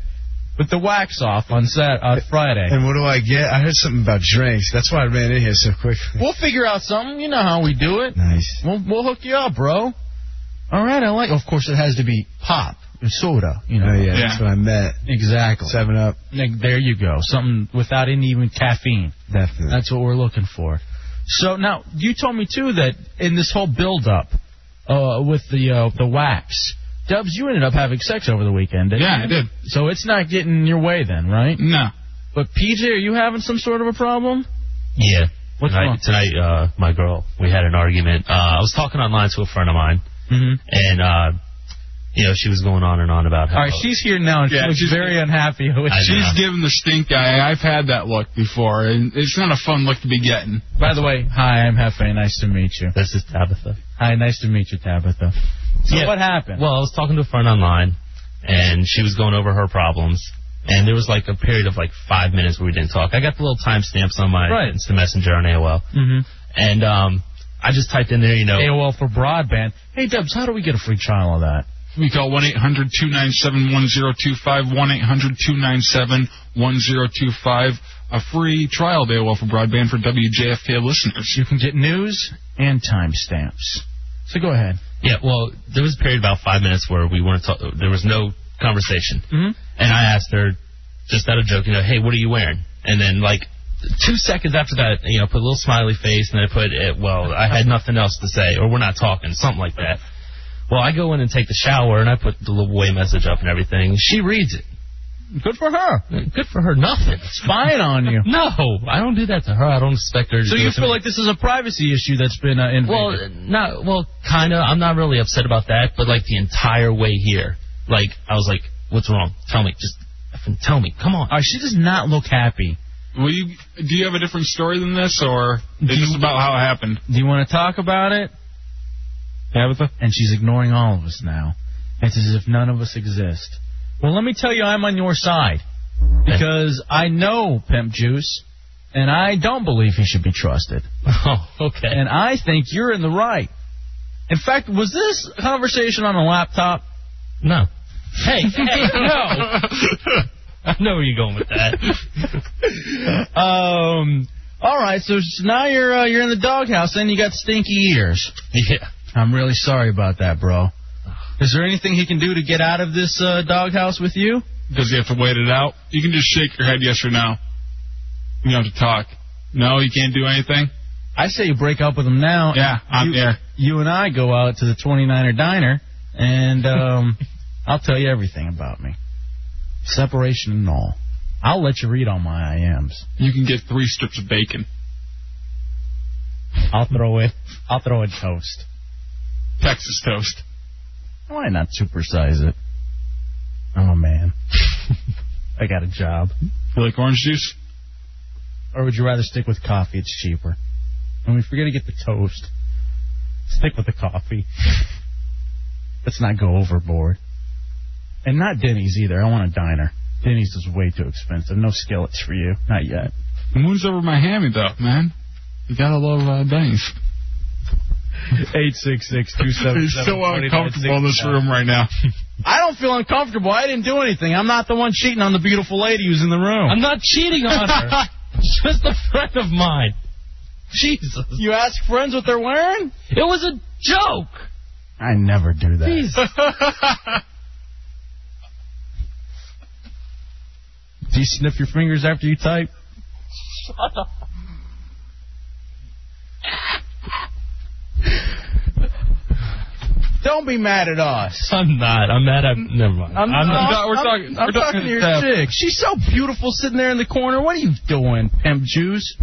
with the wax off on uh, Sat on Friday. And what do I get? I heard something about drinks. That's why I ran in here so quickly. We'll figure out something. You know how we do it. Nice. We'll we'll hook you up, bro. All right, I like. Of course, it has to be pop and soda. You know. Oh yeah, that's what I meant. Exactly. Seven up. Nick, There you go. Something without any even caffeine. Definitely. That's what we're looking for. So now you told me too that in this whole build up uh, with the uh, the wax, Dubs, you ended up having sex over the weekend. Didn't Yeah, you? I did. So it's not getting in your way then, right? No. But PJ, are you having some sort of a problem? Yeah. What's tonight, wrong? Tonight, uh, my girl, we had an argument. Uh, I was talking online to a friend of mine, Mm-hmm. and uh, you know she was going on and on about how. All right, she's here now, and she Yeah, looks she's- very unhappy. With I she's She's giving the stink eye. I've had that look before, and it's not a fun look to be getting. By the way, hi, I'm Hefe. Nice to meet you. This is Tabitha. Hi, nice to meet you, Tabitha. So what happened? Well, I was talking to a friend online, and she was going over her problems. And there was like a period of like five minutes where we didn't talk. I got the little timestamps on my Right. Instant Messenger on AOL, Mm-hmm. and um, I just typed in there, you know, AOL for broadband. Hey, Dubs, how do we get a free trial of that? We call 1 800 297 1025, 1 800 297 1025. A free trial day well for broadband for WJFK listeners. You can get news and timestamps. So go ahead. Yeah, well, there was a period about five minutes where we weren't. Talk- there was no conversation, Mm-hmm. and I asked her just out of joke, you know, hey, what are you wearing? And then like two seconds after that, you know, I put a little smiley face, and I put, eh, well, I had nothing else to say, or we're not talking, something like that. Well, I go in and take the shower, and I put the little boy message up and everything. She reads it. Good for her. Good for her. Nothing. Spying on you. No, I don't do that to her. I don't expect her to. So do you it to feel me. like this is a privacy issue that's been uh, invaded? Well, not well, kind of. I'm not really upset about that, but like the entire way here, like I was like, "What's wrong? Tell me, just effing tell me. Come on." she does not look happy. Will you, do you have a different story than this, or is this about how it happened? Do you want to talk about it? Tabitha? And she's ignoring all of us now. It's as if none of us exist. Well, let me tell you, I'm on your side. Because I know Pimp Juice, and I don't believe he should be trusted. Oh, okay. And I think you're in the right. In fact, was this conversation on a laptop? No. Hey, hey, no. I know where you're going with that. um. All right, so s- now you're uh, you're in the doghouse, and you got stinky ears. Yeah. I'm really sorry about that, bro. Is there anything he can do to get out of this uh, doghouse with you? Does he have to wait it out? You can just shake your head yes or no. You don't have to talk. No, you can't do anything? I say you break up with him now. Yeah, I'm you, there. You and I go out to the 29er diner, and um, I'll tell you everything about me, separation and all. I'll let you read all my IMs. You can get three strips of bacon. I'll throw it. I'll throw a toast. Texas toast. Why not supersize it? I'm a man. I got a job. You like orange juice? Or would you rather stick with coffee? It's cheaper. And we forget to get the toast. Stick with the coffee. Let's not go overboard. And not Denny's either. I want a diner. Denny's is way too expensive. No skillets for you. Not yet. The moon's over my hammy, though, man. You gotta love uh, Denny's. Eight six six two seven He's seven so twenty nine uncomfortable in this room right now. I don't feel uncomfortable. I didn't do anything. I'm not the one cheating on the beautiful lady who's in the room. I'm not cheating on her. Just a friend of mine. Jesus. You ask friends what they're wearing? It was a joke. I never do that. Do you sniff your fingers after you type? Shut up. Don't be mad at us. I'm not. I'm mad at. Never mind. I'm, I'm not- I'm- we're I'm- talking- I'm we're talking talking to your to- chick. She's so beautiful sitting there in the corner. What are you doing, pimp Jews?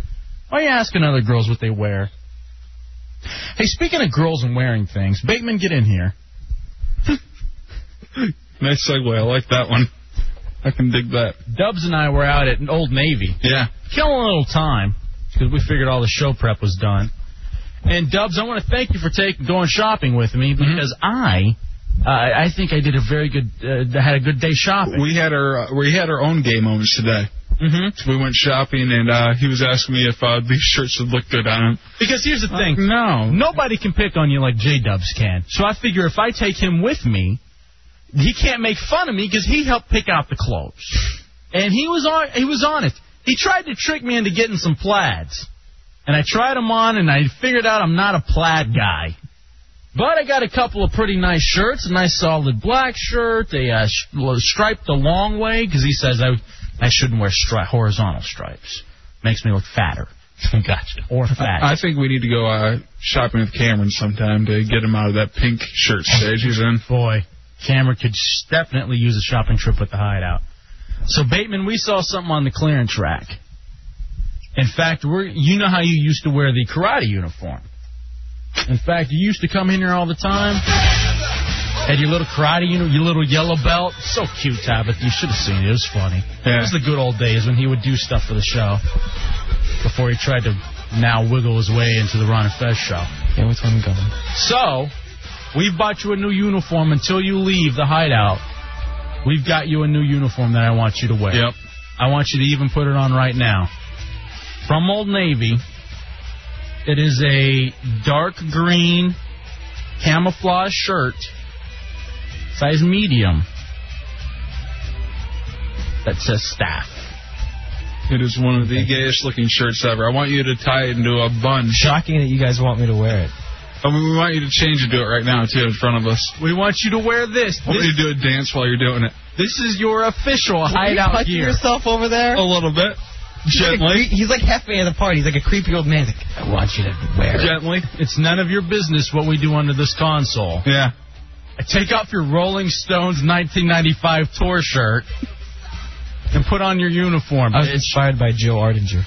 Why are you asking other girls what they wear? Hey, speaking of girls and wearing things, Bateman, get in here. Nice segue. I like that one. I can dig that. Dubs and I were out at an Old Navy. Yeah. Killing a little time because we figured all the show prep was done. And Dubs, I want to thank you for taking going shopping with me Mm-hmm. because I, uh, I think I did a very good, uh, had a good day shopping. We had our uh, we had our own gay moments today. Mm-hmm. So we went shopping, and uh, he was asking me if uh, these shirts would look good on him. Because here's the thing. no. Nobody can pick on you like J Dubs can. So I figure if I take him with me, he can't make fun of me because he helped pick out the clothes. And he was on. He was honest. He tried to trick me into getting some plaids, and I tried them on, and I figured out I'm not a plaid guy. But I got a couple of pretty nice shirts, a nice solid black shirt, a uh, sh- l- striped the long way because he says I I shouldn't wear stri- horizontal stripes. Makes me look fatter. gotcha. Or fat. I think we need to go uh, shopping with Cameron sometime to get him out of that pink shirt stage he's in. Boy, Cameron could s- definitely use a shopping trip with the hideout. So Bateman, we saw something on the clearance rack. In fact, we're you know how you used to wear the karate uniform. In fact, you used to come in here all the time. Had your little karate, you know, your little yellow belt. So cute, Tabitha. You should have seen it. It was funny. It was the good old days when he would do stuff for the show before he tried to now wiggle his way into the Ron and Fez show. Yeah, which one going? So, we bought you a new uniform until you leave the hideout. We've got you a new uniform that I want you to wear. Yep. I want you to even put it on right now. From Old Navy, it is a dark green camouflage shirt, size medium, that says staff. It is one of the gayest looking shirts ever. I want you to tie it into a bun. Shocking that you guys want me to wear it. And we want you to change and do it right now too in front of us. We want you to wear this. I want you to do a dance while you're doing it. This is your official hideout punching gear. yourself over there? A little bit. Gently. He's like, halfway at the party. He's like a creepy old man. He's like, I want you to wear it. Gently. It's none of your business what we do under this console. Yeah. Take off your Rolling Stones 1995 tour shirt and put on your uniform. I was inspired by Joe Ardinger.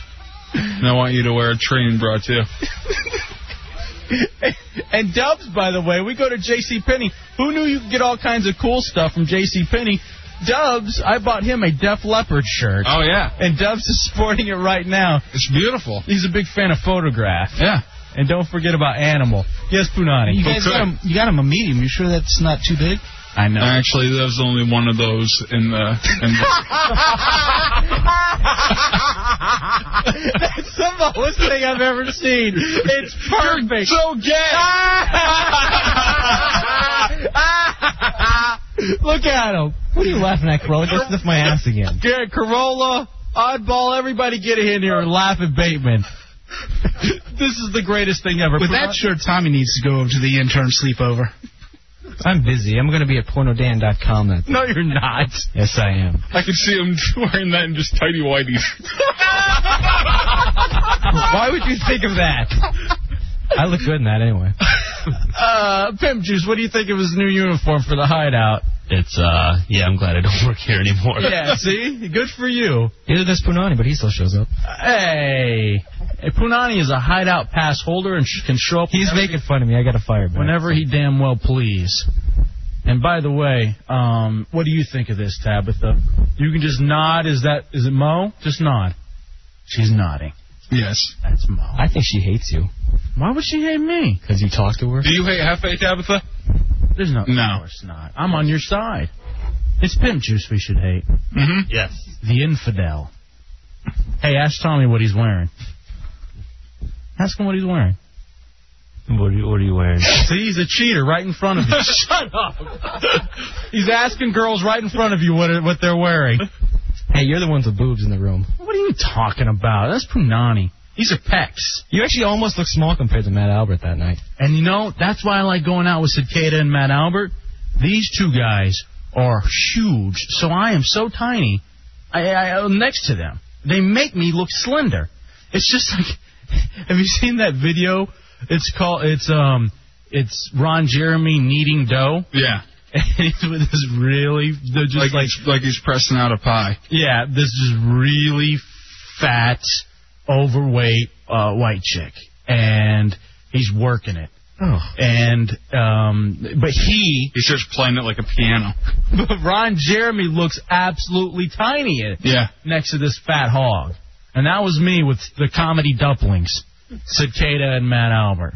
And I want you to wear a train bra too. And Dubs, by the way, we go to J.C. Penney. Who knew you could get all kinds of cool stuff from J.C. Penney? Dubs, I bought him a Def Leppard shirt. Oh, yeah. And Dubs is sporting it right now. It's beautiful. He's a big fan of Photograph. Yeah. And don't forget about Animal. Yes, Punani. You guys got him, you got him a medium. You sure that's not too big? I know. Actually, there's only one of those in the. In the That's the most thing I've ever seen. It's perfect. so gay. Look at him. What are you laughing at, Corolla? Go sniff my ass again. Garrett Corolla, Oddball, everybody get in here and laugh at Bateman. this is the greatest thing ever. With that shirt, Tommy needs to go over to the intern sleepover. I'm busy. I'm going to be at pornodan.com. That No, you're not. yes, I am. I could see him wearing that in just tidy whities. Why would you think of that? I look good in that anyway. Uh, Pimp Juice, what do you think of his new uniform for the hideout? It's uh yeah, I'm glad I don't work here anymore. Yeah, see? Good for you. Neither does Punani, but he still shows up. Hey. Hey, Punani is a hideout pass holder and sh- can show up. He's whenever making fun of me. I got to fire back. whenever he damn well please. And by the way, um, what do you think of this, Tabitha? You can just nod. Is that is it Mo? Just nod. She's nodding. yes. That's Mo. I think she hates you Why would she hate me? because you talk to her. Do you hate Hefe, Tabitha? There's no. No. Of course not. I'm on your side. It's pimp juice we should hate. Mm-hmm. Yes. The infidel. Hey, ask Tommy what he's wearing. Ask him what he's wearing. What are you what are you wearing? See, he's a cheater right in front of you. Shut up. he's asking girls right in front of you what what they're wearing. Hey, you're the ones with boobs in the room. What are you talking about? That's Punani. These are pecs. You actually almost look small compared to Matt Albert that night. And you know, that's why I like going out with Cicada and Matt Albert. These two guys are huge, so I am so tiny. I, I, I'm next to them. They make me look slender. It's just like, have you seen that video? It's called, it's, um, it's Ron Jeremy kneading dough. Yeah. And it's with this really, they're just Like like he's, like he's pressing out a pie. yeah, this is really fat, overweight uh, white chick, and he's working it. Oh. And um, but he, He's just playing it like a piano. but Ron Jeremy looks absolutely tiny in- Yeah. next to this fat hog, and that was me with the comedy dumplings, Cicada and Matt Albert.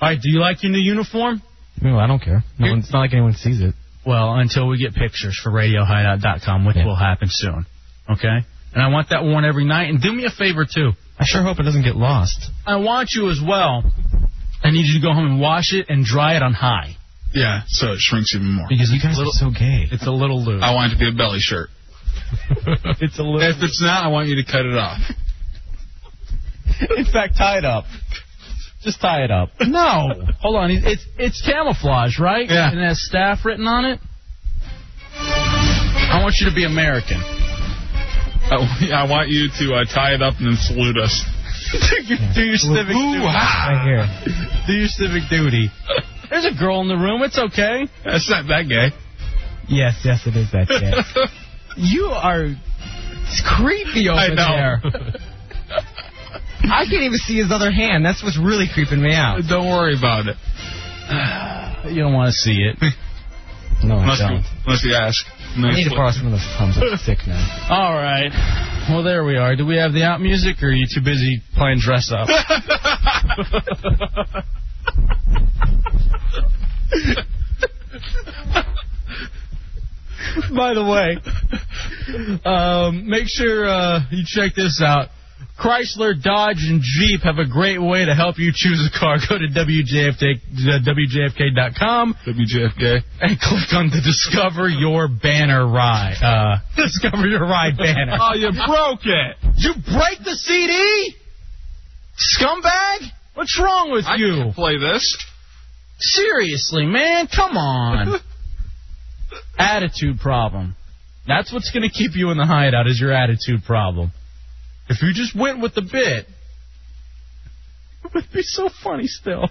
All right, do you like your new uniform? No, I don't care. No one, it's not like anyone sees it. Well, until we get pictures for RadioHideout.com, which Yeah. will happen soon. Okay? And I want that worn every night. And do me a favor, too. I sure hope it doesn't get lost. I want you as well. I need you to go home and wash it and dry it on high. Yeah, so it shrinks even more. Because you guys are so gay. It's a little loose. I want it to be a belly shirt. It's a little. If it's not, I want you to cut it off. in fact, tie it up. Just tie it up. No, hold on. It's it's camouflage, right? Yeah. And it has staff written on it. I want you to be American. I, I want you to uh, tie it up and then salute us. do your civic Right here. duty. Do your civic duty. There's a girl in the room. It's okay. That's not that gay. Yes, yes, it is that gay. you are creepy over I know. there. I can't even see his other hand. That's what's really creeping me out. Don't worry about it. You don't want to see it. No, I Unless you, don't. unless you ask. I need to borrow some of those thumbs. I'm sick now. All right. Well, there we are. Do we have the out music, or are you too busy playing dress up? By the way, um, make sure uh, you check this out. Chrysler, Dodge, and Jeep have a great way to help you choose a car. Go to WJFK, uh, WJFK.com. WJFK. And click on the Discover Your Banner Ride. Uh, Discover Your Ride banner. Oh, you broke it. You break the CD? Scumbag? What's wrong with you? play this. Seriously, man, come on. attitude problem. That's what's going to keep you in the hideout is your attitude problem. If you just went with the bit, it would be so funny still.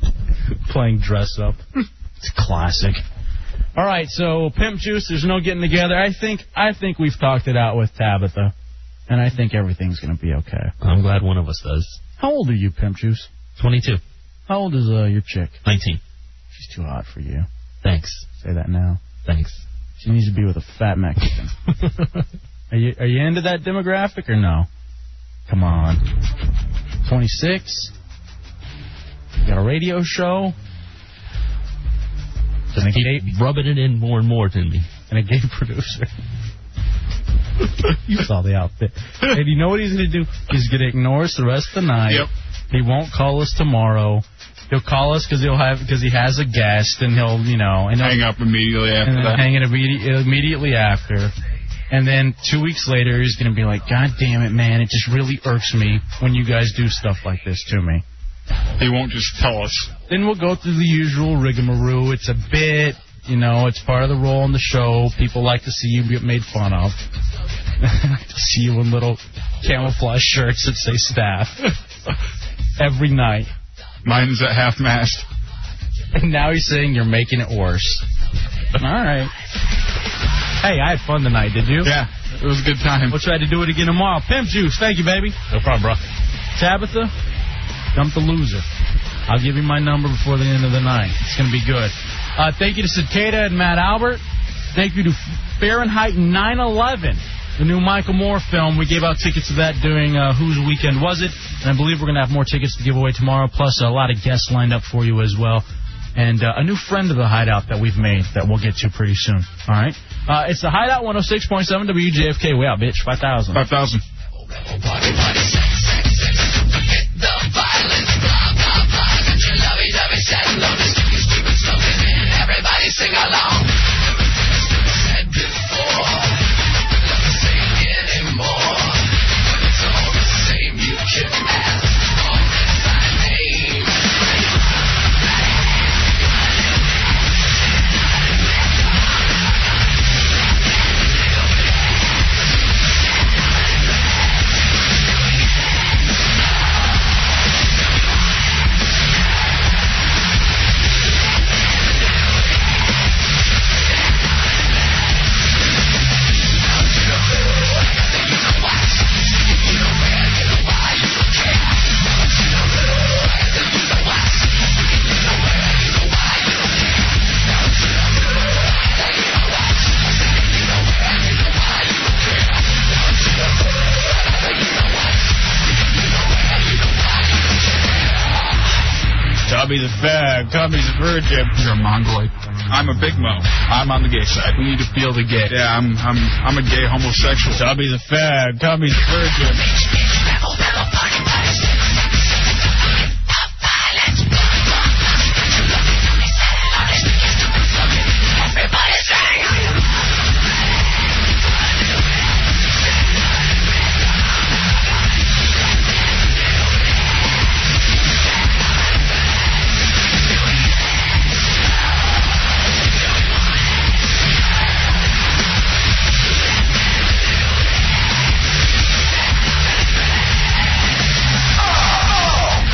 Playing dress up. It's classic. All right, so Pimp Juice, there's no getting together. I think I think we've talked it out with Tabitha, and I think everything's going to be okay. I'm glad one of us does. How old are you, Pimp Juice? 22. How old is uh, your chick? 19. She's too hot for you. Thanks. Say that now. Thanks. She needs to be with a fat Mexican. are you are you into that demographic or no? Come on. 26. You got a radio show. And a gay, rubbing it in more and more to me. And a gay producer. you saw the outfit. And you know what he's going to do? He's going to ignore us the rest of the night. Yep. He won't call us tomorrow. He'll call us because he'll have because he has a guest, and he'll you know and he'll- Hang up immediately after and then that. hang it immedi- immediately after. And then two weeks later, he's going to be like, God damn it, man. It just really irks me when you guys do stuff like this to me. He won't just tell us. Then we'll go through the usual rigmarole. It's a bit, you know, it's part of the role in the show. People like to see you get made fun of. They like to see you in little camouflage shirts that say staff every night. Mine's at half mast. And now he's saying you're making it worse. All right. Hey, I had fun tonight, did you? Yeah, it was a good time. We'll try to do it again tomorrow. Pimp Juice, thank you, baby. No problem, bro. Tabitha, dump the loser. I'll give you my number before the end of the night. It's going to be good. Uh, thank you to Cicada and Matt Albert. Thank you to Fahrenheit 911, the new Michael Moore film. We gave out tickets to that during uh, Whose Weekend Was It? And I believe we're going to have more tickets to give away tomorrow, plus a lot of guests lined up for you as well. And uh, a new friend of the Hideout that we've made that we'll get to pretty soon. All right? Uh, it's the Hideout 106.7 WJFK. We out, bitch. 5,000. 5,000. Everybody sing along. Tommy's a fag. Tommy's a virgin. You're a mongoloid. I'm a big mo. I'm on the gay side. We need to feel the gay. Yeah, I'm I'm I'm a gay homosexual. Tommy's a fag. Tommy's a virgin.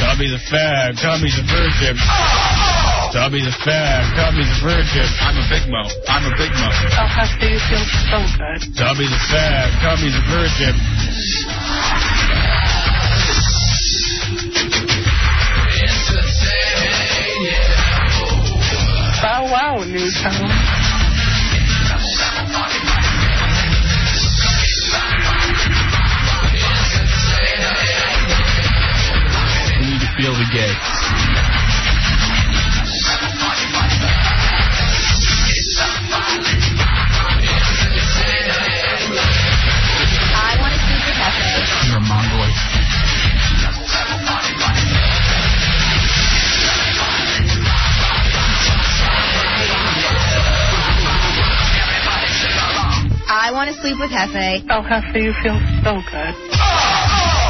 Tommy's a fag. Tommy's a virgin. Tommy's a fag. Tommy's a virgin. I'm a big mo. I'm a big mo. Oh, how do you feel so good? Tommy's a fag. Tommy's a virgin. Bow wow, Newtown. We need to feel the gay. want to sleep with Hefe. Oh, Hefe, you feel so good.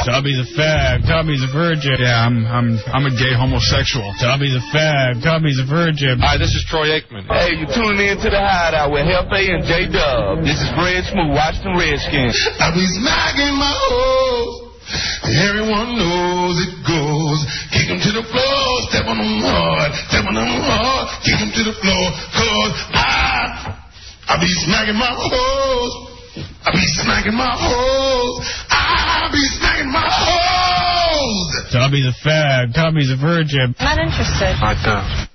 Tubby's a fag. Tubby's a virgin. Yeah, I'm I'm I'm a gay homosexual. Tubby's a fag. Tubby's a virgin. Hi, this is Troy Aikman. Hey, you tuning in to the hideout with Hefe and J Dub. This is Fred Smooth, watch them Redskins. I be smacking my hoes. Everyone knows it goes. Kick 'em to the floor, step on them hard, step on them hard, kick 'em to the floor, cause I, I be smacking my hoes. I be smacking my hoes. I be smacking my hoes. Tubby's a fag. Tubby's a virgin. Not interested. I don't.